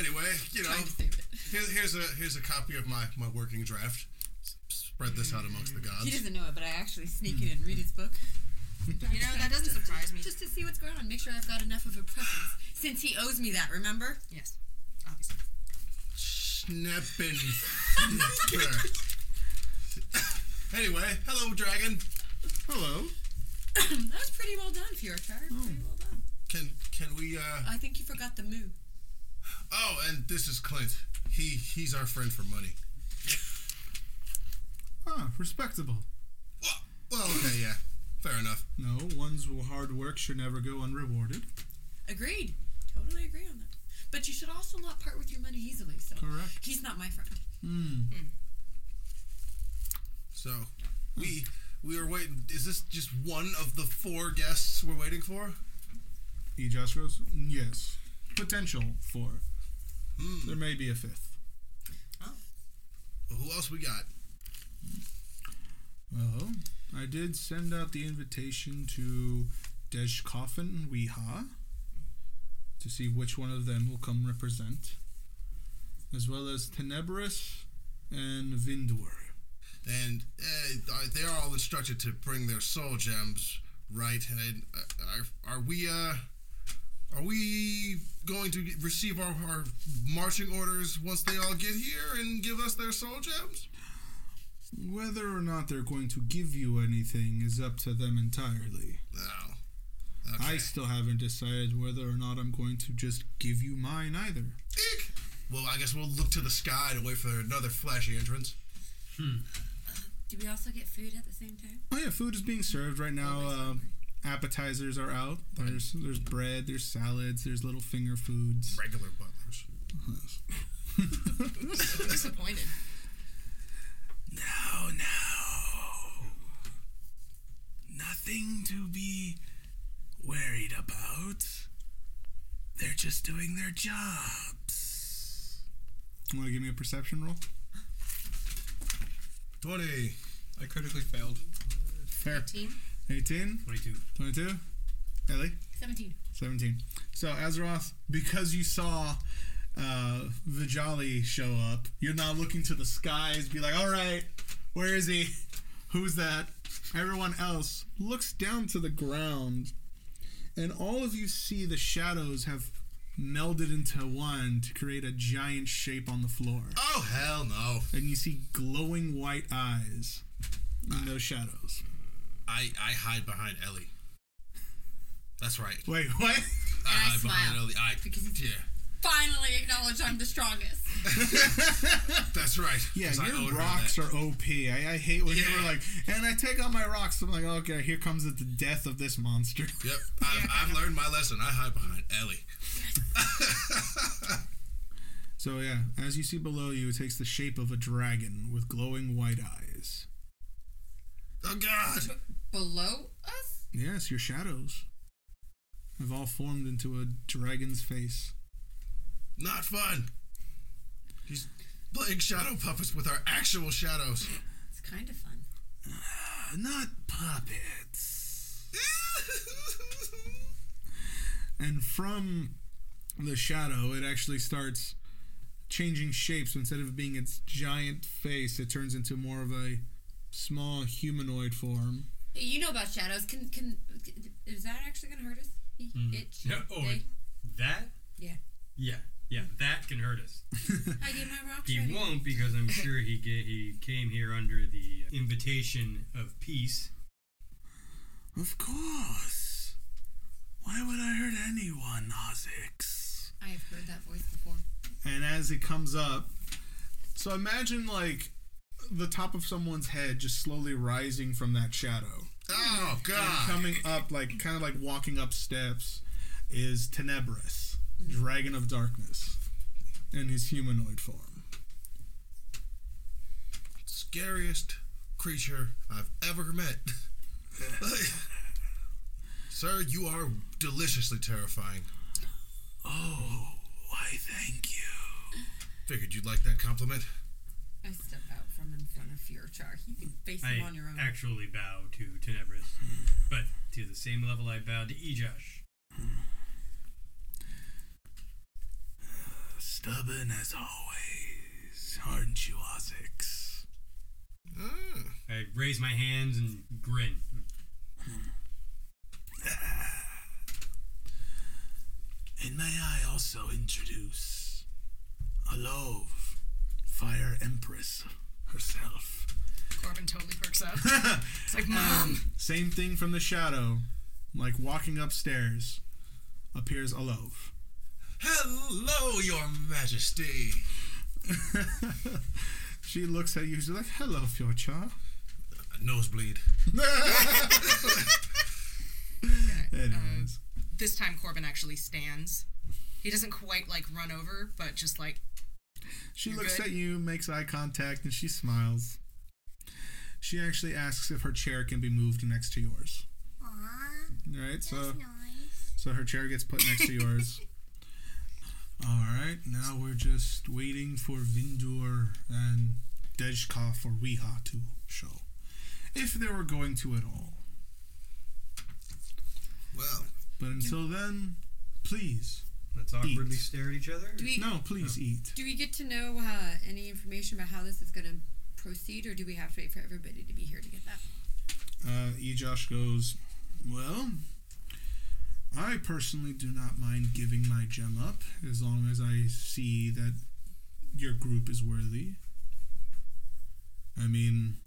S2: anyway, you know,
S6: Trying to save it.
S2: here, here's a here's a copy of my my working draft. S- Spread this out amongst the
S6: He
S2: gods.
S6: doesn't know it, but I actually sneak in and read his book.
S3: You know, that doesn't surprise me.
S6: Just to see what's going on, make sure I've got enough of a presence. Since he owes me that, remember?
S3: Yes, obviously.
S2: Snapping. anyway, hello, dragon.
S1: Hello.
S6: that was pretty well done, Fjordar. Pretty well done.
S2: Can can we? uh
S6: I think you forgot the moo.
S2: Oh, and this is Clint. He he's our friend for money.
S1: Ah, respectable.
S2: Wha- Well, okay, yeah, fair enough.
S1: No, one's hard work should never go unrewarded.
S6: Agreed. Totally agree on that. But you should also not part with your money easily. So
S1: Correct.
S6: he's not my friend.
S2: So we we were waiting. Is this just one of the four guests we're waiting for?
S1: E. Josh goes, yes. Potential for. There may be a fifth.
S2: Who else we got?
S1: Well, I did send out the invitation to Dej Coffin and Weeha to see which one of them will come represent, as well as Tenebris and Vindur.
S2: And uh, are- they are all instructed to bring their soul gems, right? And uh, are, are we uh are we going to get- receive our, our marching orders once they all get here and give us their soul gems?
S1: Whether or not they're going to give you anything is up to them entirely.
S2: No. Okay.
S1: I still haven't decided whether or not I'm going to just give you mine either.
S2: Eek. Well, I guess we'll look to the sky to wait for another flashy entrance.
S6: Do we also get food at the same time?
S1: Oh yeah, food is being served right now. Uh, appetizers are out. There's there's bread, there's salads, there's little finger foods.
S2: Regular butlers.
S6: Disappointed.
S1: Oh no. Nothing to be just doing their jobs. Want to give me a perception roll?
S2: 20.
S7: I critically failed.
S1: Fair.
S3: 18.
S1: 18,
S4: 22.
S1: 22, Ellie?
S6: 17.
S1: 17. So, Azeroth, because you saw uh, Vijali show up, you're now looking to the skies, be like, all right, where is he? Who's that? Everyone else looks down to the ground, and all of you see the shadows have melded into one to create a giant shape on the floor.
S2: Oh, hell no.
S1: And you see glowing white eyes in those shadows.
S2: I, I hide behind Ellie. That's right.
S1: Wait, what?
S2: I,
S6: And I
S2: hide behind
S6: smile.
S2: Ellie. I, yeah.
S6: Finally acknowledge I'm the strongest.
S2: That's right.
S1: Yeah,
S2: 'cause I owed
S1: your
S2: her
S1: rocks
S2: that.
S1: are OP. I, I hate when
S2: Yeah.
S1: you're like, and I take out my rocks. I'm like, okay, here comes the death of this monster.
S2: Yep. I've, I've learned my lesson. I hide behind Ellie.
S1: So yeah, as you see below you, it takes the shape of a dragon with glowing white eyes.
S2: Oh, God.
S6: Below us?
S1: Yes, your shadows have all formed into a dragon's face.
S2: Not fun. He's playing shadow puppets with our actual shadows.
S6: It's kind of fun.
S1: Not puppets. and from the shadow, it actually starts changing shapes. Instead of being its giant face, it turns into more of a small humanoid form.
S6: You know about shadows. Can can is that actually gonna hurt us? He, It. she,
S4: No, oh,
S6: they?
S4: that?
S6: Yeah.
S4: Yeah. Yeah, that can hurt us.
S6: I get my rocks
S4: He
S6: ready.
S4: won't because I'm sure he ga he came here under the invitation of peace.
S1: Of course. Why would I hurt anyone, Ozix?
S6: I have heard that voice before.
S1: And as it comes up, so imagine like the top of someone's head just slowly rising from that shadow.
S2: Oh, God.
S1: Coming up, like kind of like walking up steps, is Tenebris, Dragon of Darkness, in his humanoid form.
S2: scariest creature I've ever met. Sir, you are deliciously terrifying.
S1: Oh, I thank you.
S2: Figured you'd like that compliment.
S6: I step out from in front of your char. You can face
S4: I
S6: him on your own.
S4: actually bow to Tenebris, but to the same level I bowed to Ejosh.
S1: Stubborn as always, aren't you, Ozix?
S2: Mm.
S4: I raise my hands and grin.
S1: And may I also introduce Alove, Fire Empress herself.
S3: Corbin totally perks up. it's like, Mom.
S1: Same thing from the shadow, like walking upstairs, appears Alove.
S2: Hello, Your Majesty.
S1: she looks at you, she's like, Hello, Fjorchar.
S2: Nosebleed. Um,
S1: Anyways.
S3: uh, this time Corbin actually stands. He doesn't quite like run over, but just like,
S1: she
S3: you
S1: looks
S3: good?
S1: at you, makes eye contact, and she smiles. She actually asks if her chair can be moved next to yours.
S8: Aw,
S1: All right, so.
S8: that's nice.
S1: So her chair gets put next to yours. All right, now we're just waiting for Vindur and Dejkov or Weha to show. If they were going to at all.
S2: Well,
S1: But until then, please.
S4: Let's awkwardly
S1: Eat.
S4: stare at each other.
S6: do we
S1: No, please eat.
S6: do we get to know uh, any information about how this is gonna proceed, or do we have to wait for everybody to be here to get that?
S1: Uh, Ejosh goes, Well, I personally do not mind giving my gem up as long as I see that your group is worthy. I mean,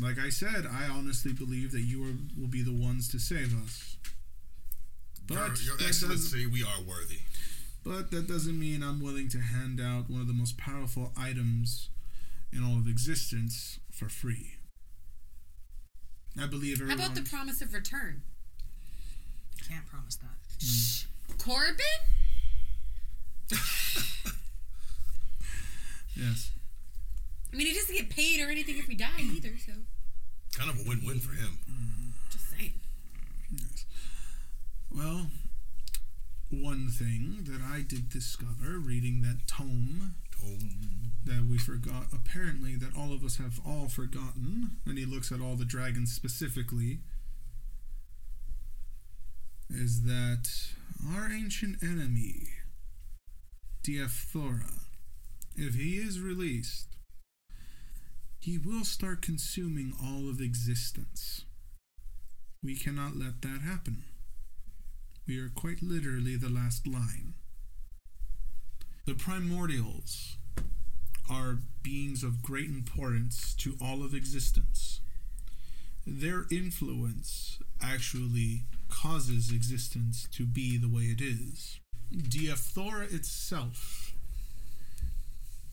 S1: like I said, I honestly believe that you are, will be the ones to save us. But
S2: Your, your
S1: that doesn't-
S2: Excellency, we are worthy.
S1: but that doesn't mean I'm willing to hand out one of the most powerful items in all of existence for free. I believe
S6: How
S1: everyone.
S6: about the promise of return,
S3: can't promise that.
S6: Corbin?
S1: yes.
S6: I mean, he doesn't get paid or anything if we die either. So
S2: Kind of a win-win for him.
S6: just saying.
S1: Well, one thing that I did discover reading that tome
S2: Tome.
S1: that we forgot, apparently, that all of us have all forgotten. And he looks at all the dragons specifically. Is that our ancient enemy, Diaphora, if he is released, he will start consuming all of existence. We cannot let that happen. We are quite literally the last line. The primordials are beings of great importance to all of existence. Their influence actually causes existence to be the way it is. Diaphthora itself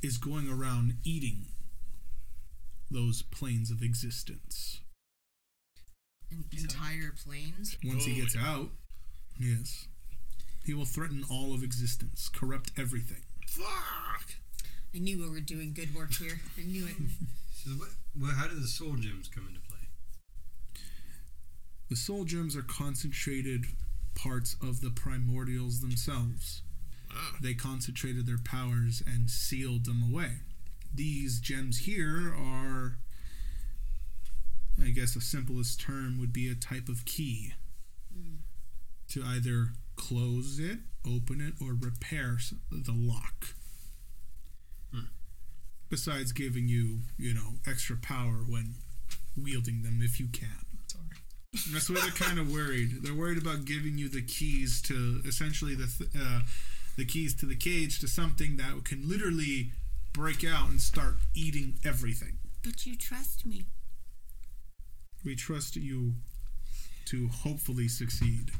S1: is going around eating those planes of existence.
S3: En- entire planes.
S1: Once he
S2: Oh,
S1: gets out, yes, he will threaten all of existence, corrupt everything.
S2: Fuck!
S6: I knew we were doing good work here. I knew it.
S4: So what, well, how do the soul gems come into play?
S1: The soul gems are concentrated parts of the primordials themselves.
S2: Wow.
S1: They concentrated their powers and sealed them away. These gems here are, I guess, the simplest term would be a type of key to either close it, open it, or repair s- the lock. Besides giving you, you know, extra power when wielding them if you can. That's why they're kind of worried. They're worried about giving you the keys to essentially the th- uh, the keys to the cage to something that can literally break out and start eating everything.
S8: But you trust me.
S1: We trust you to hopefully succeed.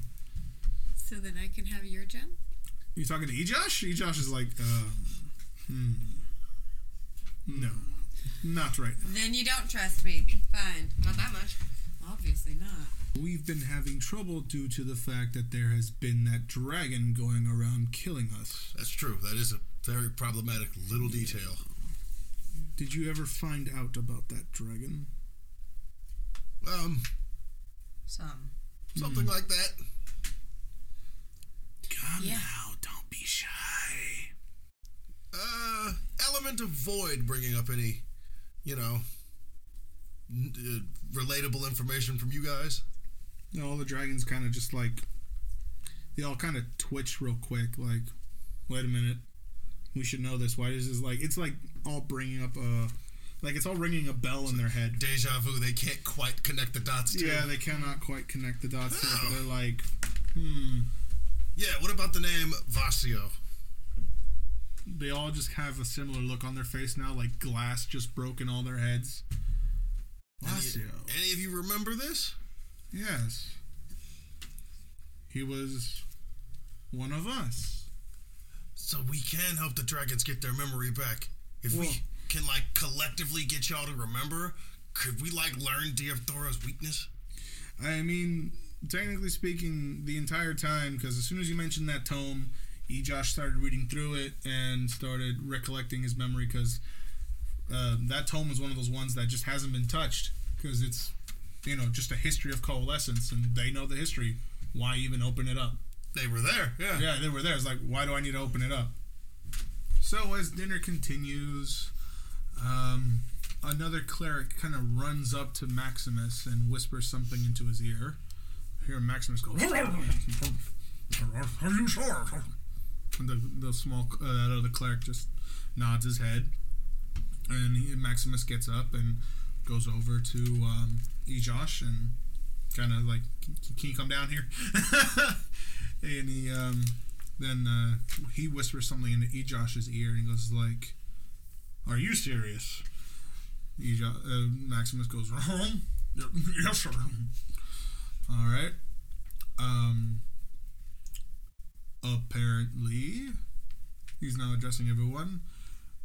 S6: So then I can have your gem?
S1: You talking to Ejosh? Ejosh is like, um, hmm, no, not right now.
S6: Then you don't trust me. Fine.
S3: Not that much.
S6: Obviously not.
S1: We've been having trouble due to the fact that there has been that dragon going around killing us.
S2: That's true. That is a very problematic little detail.
S1: Did you ever find out about that dragon?
S2: Um,
S3: Some.
S2: something like that.
S1: Come
S6: Yeah.
S1: now, don't be shy.
S2: Uh, element of void bringing up any, you know, n- uh, relatable information from you guys.
S1: And all the dragons kind of just like they all kind of twitch real quick. Like, wait a minute, we should know this. Why is this like? It's like all bringing up a, like it's all ringing a bell in their head.
S2: Deja vu. They can't quite connect the dots. To.
S1: Yeah, they cannot quite connect the dots. To it, but they're like, hmm.
S2: Yeah. What about the name Vasio?
S1: They all just have a similar look on their face now, like glass just broke in all their heads.
S2: Any,
S1: Lacio.
S2: any of you remember this?
S1: Yes. He was one of us.
S2: So we can help the dragons get their memory back. If we
S1: Well-
S2: can like collectively get y'all to remember, could we like learn Diaphthora's weakness?
S1: I mean, technically speaking, the entire time, because as soon as you mentioned that tome, E. Josh started reading through it and started recollecting his memory because uh, that tome was one of those ones that just hasn't been touched because it's, you know, just a history of coalescence and they know the history. Why even open it up?
S2: They were there. Yeah.
S1: Yeah, they were there. It's like, why do I need to open it up? So as dinner continues, um, another cleric kind of runs up to Maximus and whispers something into his ear. Hear Maximus go, "Are you sure?" And the, the small uh, that other cleric just nods his head, and he, Maximus gets up and goes over to um, Ejosh and kind of like, "Can- "Can you come down here?" and he um, then uh, he whispers something into Ejosh's ear, and he goes like, "Are you serious?" Ejo- uh, Maximus goes, "Um, y- "Yes, sir." All right. Um, apparently, he's now addressing everyone.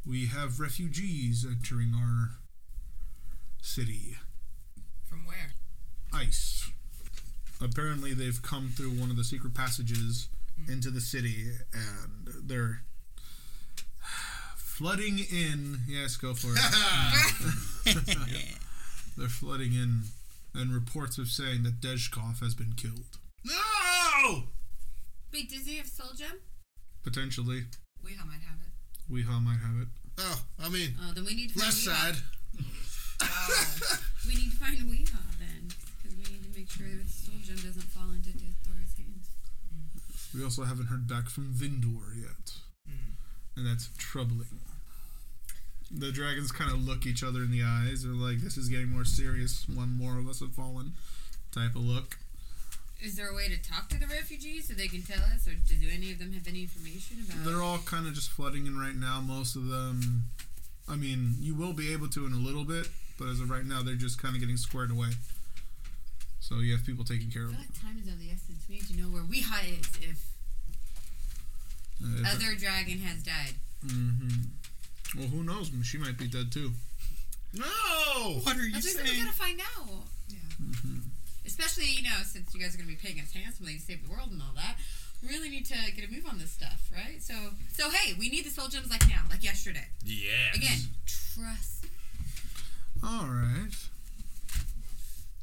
S1: We have refugees entering our city.
S3: From where?
S1: Ice. Apparently, they've come through one of the secret passages into the city, and they're flooding in. Yes, go for it. they're flooding in, and reports of saying that Dezhkov has been killed.
S2: No!
S6: Wait, does he have soul gem?
S1: Potentially,
S3: Weha might have it.
S1: Weehaw might have it.
S2: Oh, I mean,
S6: Oh, then we need to find
S2: left
S6: Weha.
S2: side.
S6: We need to find Weha then, because we need to make sure that soul gem doesn't fall into Thor's hands.
S1: We also haven't heard back from Vindor yet, and that's troubling. The dragons kind of look each other in the eyes. They're like, "This is getting more serious. One more of us have fallen." Type of look.
S6: Is there a way to talk to the refugees so they can tell us, or do any of them have any information about?
S1: They're all kind of just flooding in right now. Most of them, I mean, you will be able to in a little bit, but as of right now, they're just kind of getting squared away. So you have people taking care
S6: I
S1: of
S6: feel
S1: them.
S6: like time is of the essence. We need to know where Weha is if
S1: Uh, if-
S6: other dragon has died.
S1: Mhm. Well, who knows? She might be dead too.
S2: No!
S5: What are you
S6: That's what we
S5: saying?
S6: gotta find out.
S3: Yeah.
S6: Especially, you know, since you guys are gonna be paying us handsomely to save the world and all that, we really need to get a move on this stuff, right? So, so hey, we need the soul gems like now, like yesterday.
S2: Yeah.
S6: Again, trust.
S1: All right.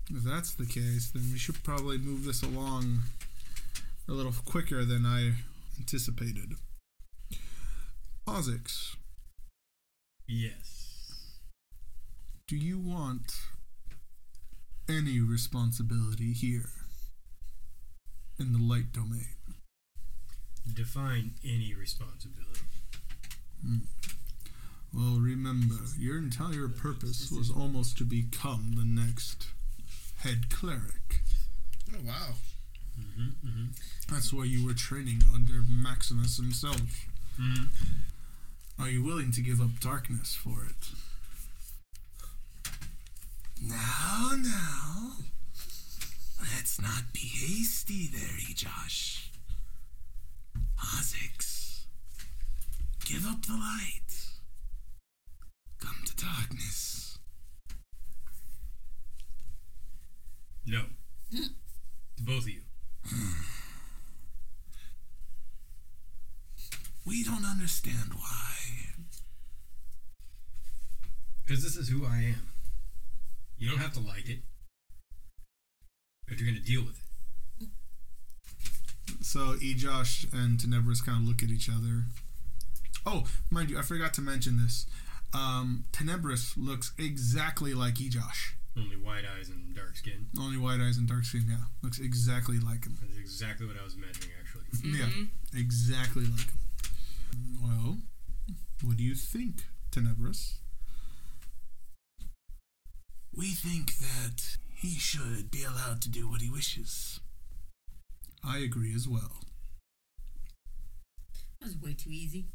S1: If that's the case, then we should probably move this along a little quicker than I anticipated. Ozix,
S4: Yes.
S1: do you want any responsibility here in the light domain?
S4: Define any responsibility.
S1: Well, remember, your entire purpose was almost to become the next head cleric.
S2: Oh, wow.
S4: Mm-hmm, mm-hmm.
S1: That's why you were training under Maximus himself.
S4: Mm-hmm.
S7: Mm-hmm.
S1: Are you willing to give up darkness for it?
S7: Now, now. Let's not be hasty there, E. Josh. Ozix, give up the light. Come to darkness.
S4: No. to both of you.
S7: We don't understand why.
S4: Because this is who I am. You don't have to like it, but you're going to deal with it.
S1: So E. Josh and Tenebris kind of look at each other. Oh, mind you, I forgot to mention this. Um, Tenebris looks exactly like E. Josh.
S4: Only white eyes and dark skin.
S1: Only white eyes and dark skin. Yeah, looks exactly like him.
S4: That's exactly what I was imagining, actually.
S1: Yeah, exactly like him. Well, what do you think, Tenebris?
S7: We think that he should be allowed to do what he wishes.
S1: I agree as well.
S6: That was way too easy.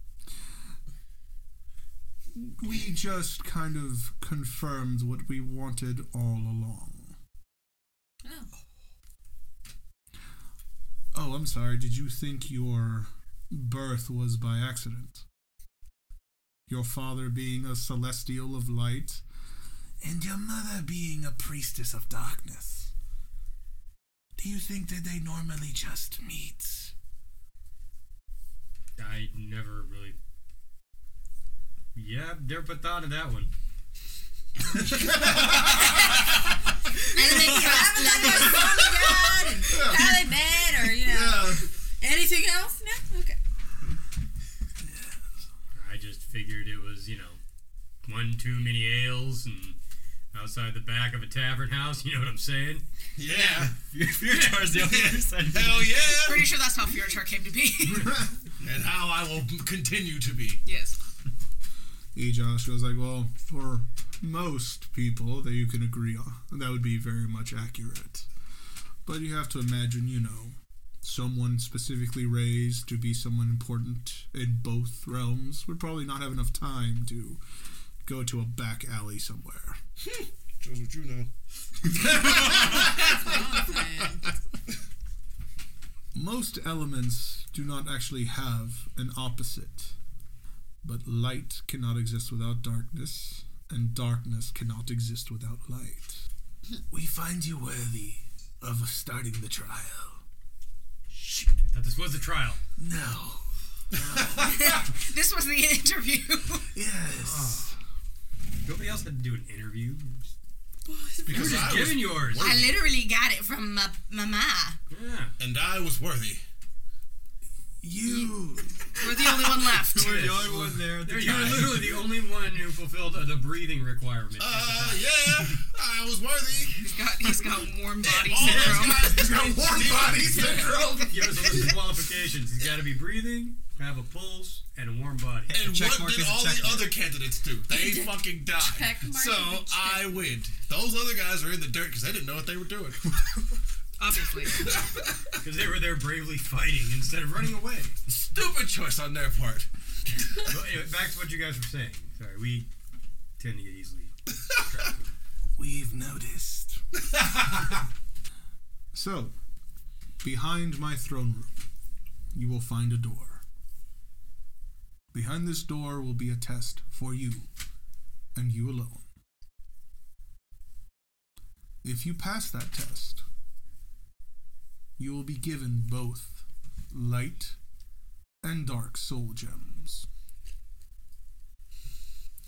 S1: We just kind of confirmed what we wanted all along.
S6: Oh,
S1: Oh, I'm sorry. Did you think your birth was by accident? Your father being a celestial of light?
S7: And your mother being a priestess of darkness. Do you think that they normally just meet?
S4: I never really. Yeah, I've never thought of that one.
S6: and then they travel to God and how they met, or you know, anything else? No. Okay.
S4: I just figured it was, you know, one too many ales and outside the back of a tavern house. You know what I'm saying?
S2: Yeah.
S5: Futar's the only person.
S2: Hell yeah!
S3: Pretty sure that's how Fjordtar came to be.
S2: And how I will continue to be.
S3: yes.
S1: E. Josh goes like, well, for most people that you can agree on, that would be very much accurate. But you have to imagine, you know, someone specifically raised to be someone important in both realms would probably not have enough time to go to a back alley somewhere.
S2: Shows what you know.
S1: most elements do not actually have an opposite. But light cannot exist without darkness, and darkness cannot exist without light.
S7: We find you worthy of starting the trial.
S4: I thought this was a trial.
S7: No.
S3: This was the interview.
S4: Ah.
S7: Yes.
S4: Nobody else had to do an interview. We're
S2: Because
S4: just
S2: I was,
S4: giving yours.
S3: I literally got it from my mama.
S4: Yeah.
S2: and I was worthy.
S7: You.
S3: We're the only one left.
S4: We're the
S5: only one there at the
S4: You're
S5: time.
S4: literally the only one who fulfilled uh, the breathing requirement.
S2: Uh, yeah, I was worthy.
S3: He's got he's got warm body
S2: All those
S3: syndrome.
S2: guys just got warm bodies.
S4: Give us a list of qualifications. It's got to be breathing, have a pulse, and a warm body.
S2: And
S5: Check
S2: what
S5: mark
S2: did
S5: is a
S2: all
S5: check
S2: the
S5: mark.
S2: other candidates do? They fucking died.
S6: Check mark
S2: so
S6: is a check.
S2: I win. Those other guys are in the dirt because they didn't know what they were doing.
S3: Obviously.
S4: Because they were there bravely fighting instead of running away.
S2: Stupid choice on their part.
S4: But anyway, back to what you guys were saying. Sorry, we tend to get easily. distracted.
S7: We've noticed.
S1: So, behind my throne room, you will find a door. Behind this door will be a test for you, and you alone. If you pass that test, you will be given both light and dark soul gems.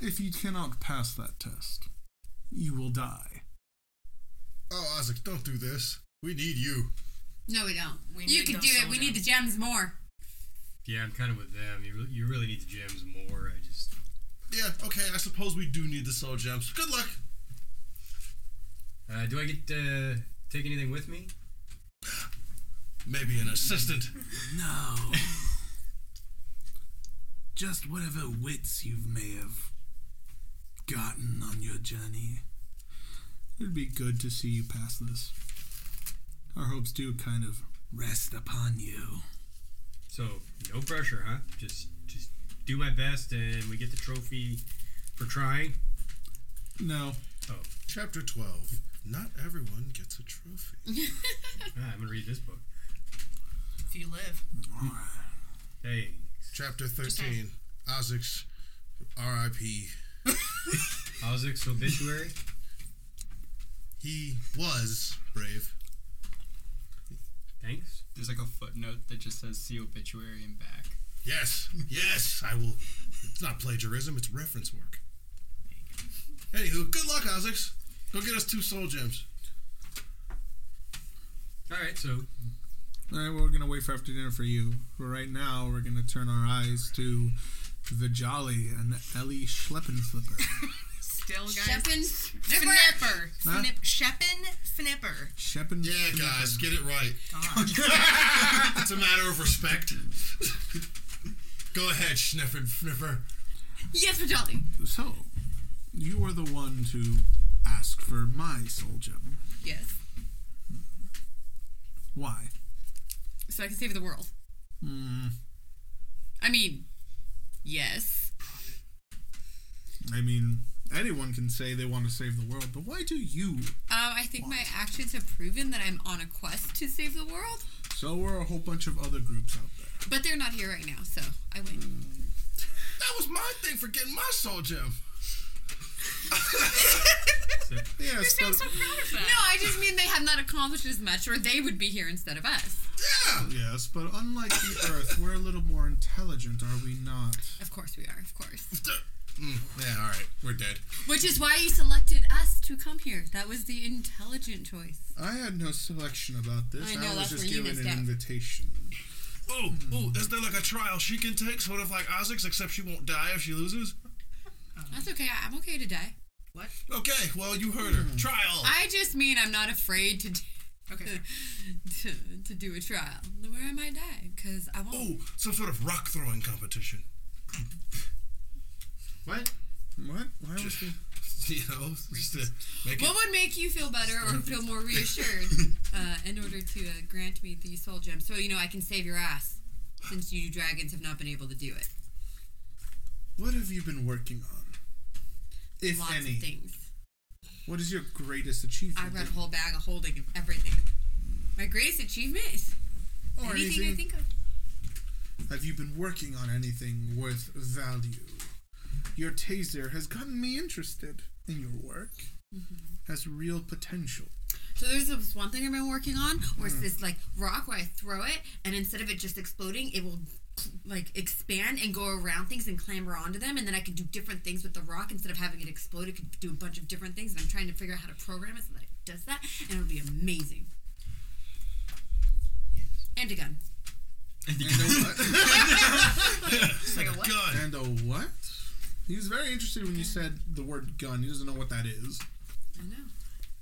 S1: If you cannot pass that test, you will die.
S2: Oh, Isaac, don't do this. We need you.
S6: No, we don't.
S3: We
S6: you
S3: need
S6: can
S3: those
S6: do it.
S3: soul
S6: We need the gems more.
S4: yeah, I'm kind of with them. You really, you really need the gems more. I just
S2: Yeah, okay, I suppose we do need the soul gems. Good luck.
S4: uh, do I get uh, take anything with me?
S2: Maybe an assistant.
S7: No. Just whatever wits you may have gotten on your journey.
S1: It'd be good to see you pass this. Our hopes do kind of.
S7: Rest upon you.
S4: So no pressure, huh? Just just do my best, and we get the trophy for trying.
S1: No.
S4: Oh,
S2: Chapter 12. Not everyone gets a trophy.
S4: ah, I'm gonna read this book.
S3: If you live.
S4: Hey,
S2: Chapter 13. Isaac's RIP.
S4: Ozzy's obituary.
S2: He was brave.
S4: Thanks.
S5: There's like a footnote that just says see obituary and back.
S2: Yes, yes, I will. It's not plagiarism, it's reference work. Anywho, good luck, Isaac. Go get us two soul gems.
S4: All right, so
S1: All right, well, we're gonna wait for after dinner for you. But right now, we're gonna turn our eyes to Vijali and Ellie Schleppenflipper.
S3: Still guys.
S6: Sheppin,
S3: Fnipper.
S1: Huh?
S3: Fnip, Sheppin Fnipper.
S1: Sheppen.
S2: Yeah, guys, get it right.
S3: God.
S2: It's a matter of respect. Go ahead, Sniffer Sniffer.
S6: Yes, Vajali.
S1: So, you are the one to ask for my soul gem.
S6: Yes.
S1: Why?
S6: So I can save the world. I mean, yes.
S1: I mean, anyone can say they want to save the world, but why do you?
S6: Um, I think my actions have proven that I'm on a quest to save the world,
S1: So are a whole bunch of other groups out there.
S6: but they're not here right now, so I win.
S2: That was my thing for getting my soul gem.
S1: Yeah,
S3: You sound
S1: it's
S3: so
S1: the-
S3: proud of that.
S6: No, I just mean they have not accomplished as much, or they would be here instead of us.
S2: Yeah.
S1: Yes, but unlike the Earth, we're a little more intelligent, are we not?
S6: Of course we are, of course.
S2: Mm, yeah, all right, we're dead.
S6: Which is why you selected us to come here. That was the intelligent choice.
S1: I had no selection about this.
S6: I
S1: I,
S6: know,
S1: was
S6: that's
S1: just
S6: where you
S1: given an
S6: missed out.
S1: invitation.
S2: Ooh, ooh, is there like a trial she can take, sort of like Isaac's, except she won't die if she loses?
S6: That's okay. I- I'm okay to die.
S2: Okay, well, you heard her. Trial!
S6: I just mean I'm not afraid to
S3: Okay.
S6: to, to do a trial where I might die because I won't.
S2: Ooh, some sort of rock throwing competition.
S4: what?
S1: What? Why was the
S2: you know, just to make it.
S6: What would make you feel better or feel more reassured uh, in order to uh, grant me the soul gem? So you know I can save your ass since you dragons have not been able to do it.
S1: What have you been working on? If
S6: Lots
S1: any.
S6: of things.
S1: What is your greatest
S6: I
S1: achievement?
S6: read a whole bag of holding of everything. My greatest achievement is
S1: or
S6: anything I think of.
S1: Have you been working on anything worth value? Your taser has gotten me interested in your work. Has real potential.
S6: So there's this one thing I've been working on, or it's this like rock where I throw it, and instead of it just exploding, it will like expand and go around things and clamber onto them, and then I can do different things with the rock instead of having it explode. It could do a bunch of different things, and I'm trying to figure out how to program it so that it does that, and it'll be amazing. And a gun.
S3: It's like a what?
S2: Gun.
S1: And a what? He was very interested when you said the word gun. He doesn't know what that is.
S6: I know.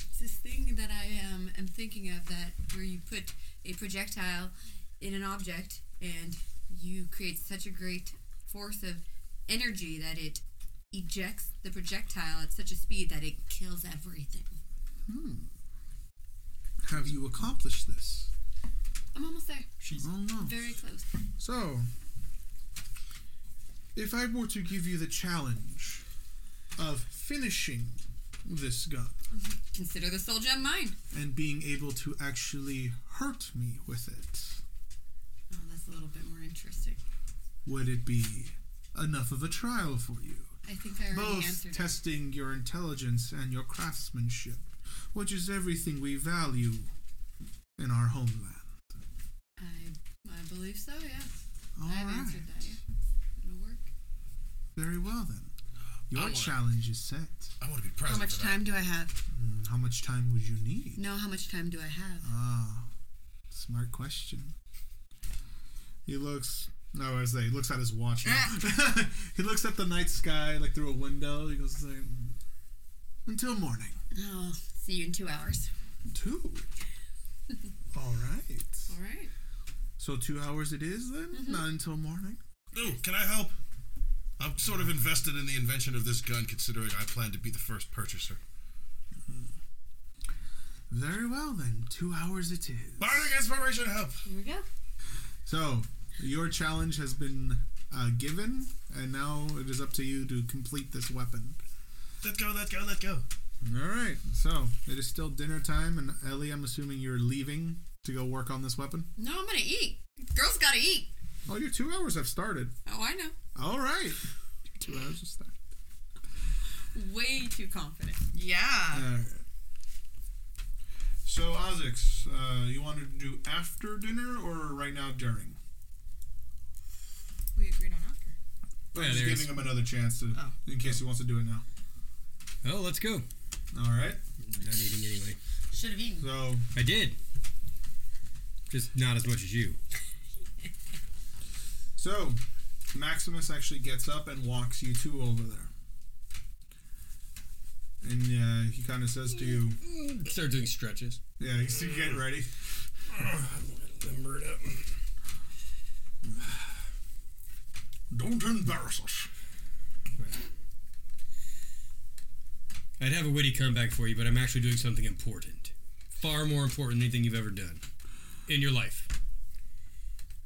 S6: It's this thing that I um, am thinking of that where you put a projectile in an object and you create such a great force of energy that it ejects the projectile at such a speed that it kills everything.
S1: Have you accomplished this?
S6: I'm almost there.
S1: I don't know.
S6: Very close.
S1: So, if I were to give you the challenge of finishing this gun
S6: Consider the soul gem mine.
S1: and being able to actually hurt me with it,
S6: Oh, that's a little bit more interesting.
S1: would it be enough of a trial for you?
S6: I think I already
S1: Both
S6: answered. it.
S1: testing your intelligence and your craftsmanship, which is everything we value in our homeland.
S6: I, I believe so, yeah.
S1: All
S6: I've
S1: right.
S6: answered that, yeah. It'll work.
S1: Very well then. Your
S2: wanna-
S1: challenge is set.
S2: I want to be present.
S6: How much
S2: for that.
S6: time do I have?
S1: Mm, How much time would you need?
S6: No, how much time do I have?
S1: Ah, smart question. He looks. No, I was saying, he looks at his watch. now. he looks at the night sky like through a window. He goes like, until morning.
S6: I'll Oh, see you in two hours.
S1: Two. All right.
S6: All right.
S1: So two hours it is then. Not until morning.
S2: Ooh, can I help? I'm sort of invested in the invention of this gun, considering I plan to be the first purchaser.
S1: Very well then. Two hours it is.
S2: Bardic inspiration help.
S6: Here we go.
S1: So your challenge has been uh, given, and now it is up to you to complete this weapon.
S2: Let's go. Let's go. Let's go.
S1: All right. So it is still dinner time, and Ellie, I'm assuming you're leaving to go work on this weapon.
S6: No, I'm gonna eat. Girls gotta eat.
S1: Oh, your two hours have started.
S6: Oh, I know.
S1: All right. Your two hours have started.
S6: Way too confident.
S3: Yeah.
S1: All right. So Ozix, uh, you wanted to do after dinner or right now during?
S3: We agreed on after.
S1: I'm just
S5: Oh, there
S1: giving
S5: is-
S1: him another chance to,
S3: Oh.
S1: in case he wants to do it now.
S5: Oh, let's go.
S1: All right.
S4: Not eating anyway.
S6: Should have eaten.
S1: So
S5: I did.
S4: Just not as much as you.
S1: So, Maximus actually gets up and walks you two over there. And uh, he kind of says to you,
S5: Start doing stretches.
S1: Yeah, he's to get ready.
S2: Limber it up.
S1: Don't embarrass us.
S4: I'd have a witty comeback for you, but I'm actually doing something important. Far more important than anything you've ever done in your life.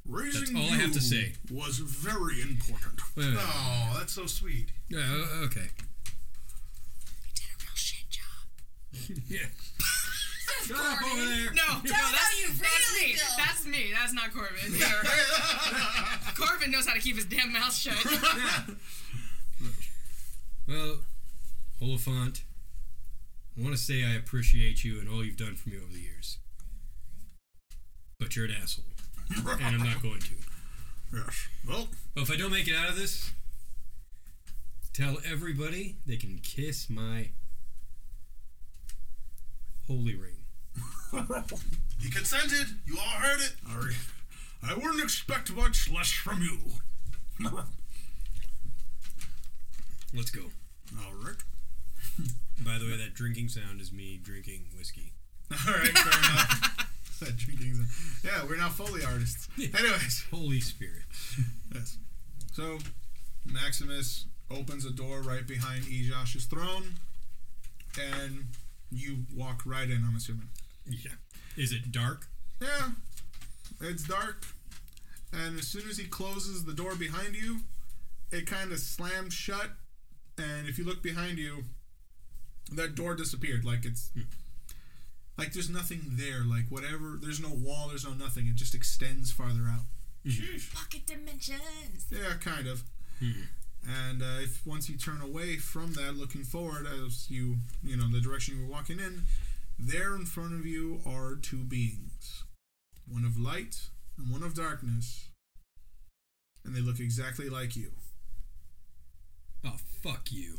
S1: Raising
S4: That's all I have to
S1: you
S4: say.
S1: was very important.
S4: Wait, wait, wait.
S2: Oh, that's so sweet.
S4: Yeah, o- okay.
S8: You did a real shit job.
S4: Yeah. Shut up
S6: Corny.
S4: over there.
S3: No, no, that's,
S6: you
S3: that's
S6: really
S3: me.
S6: feel.
S3: That's me. That's not Corbin. Corbin knows how to keep his damn mouth shut.
S4: Well, Oliphant, I want to say I appreciate you and all you've done for me over the years. But you're an asshole. and I'm not going to.
S1: Yes. Well,
S4: Well, if I don't make it out of this, tell everybody they can kiss my holy ring.
S2: You consented. You all heard it.
S1: I, I wouldn't expect much less from you. all
S4: Let's go.
S1: right.
S4: By the way, that drinking sound is me drinking whiskey.
S1: All right, fair enough. That drinking's- yeah, we're now Foley artists. Anyways.
S4: Holy Spirit.
S1: Yes. So, Maximus opens a door right behind Ejosh's throne, and you walk right in, I'm assuming.
S4: Yeah. Is it dark?
S1: Yeah, it's dark, and as soon as he closes the door behind you, it kind of slams shut, and if you look behind you, that door disappeared. Like it's. Like there's nothing there. Like whatever, there's no wall, there's no nothing. It just extends farther out.
S8: Pocket dimensions.
S1: Yeah, kind of. And uh, if once you turn away from that, looking forward as you you know the direction you were walking in, there in front of you are two beings, one of light and one of darkness, and they look exactly like you.
S4: Oh, fuck you.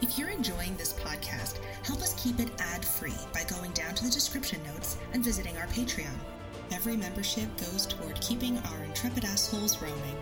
S9: If you're enjoying this podcast, help us keep it ad free by going down to the description. subscription notes and visiting our Patreon. Every membership goes toward keeping our intrepid assholes roaming.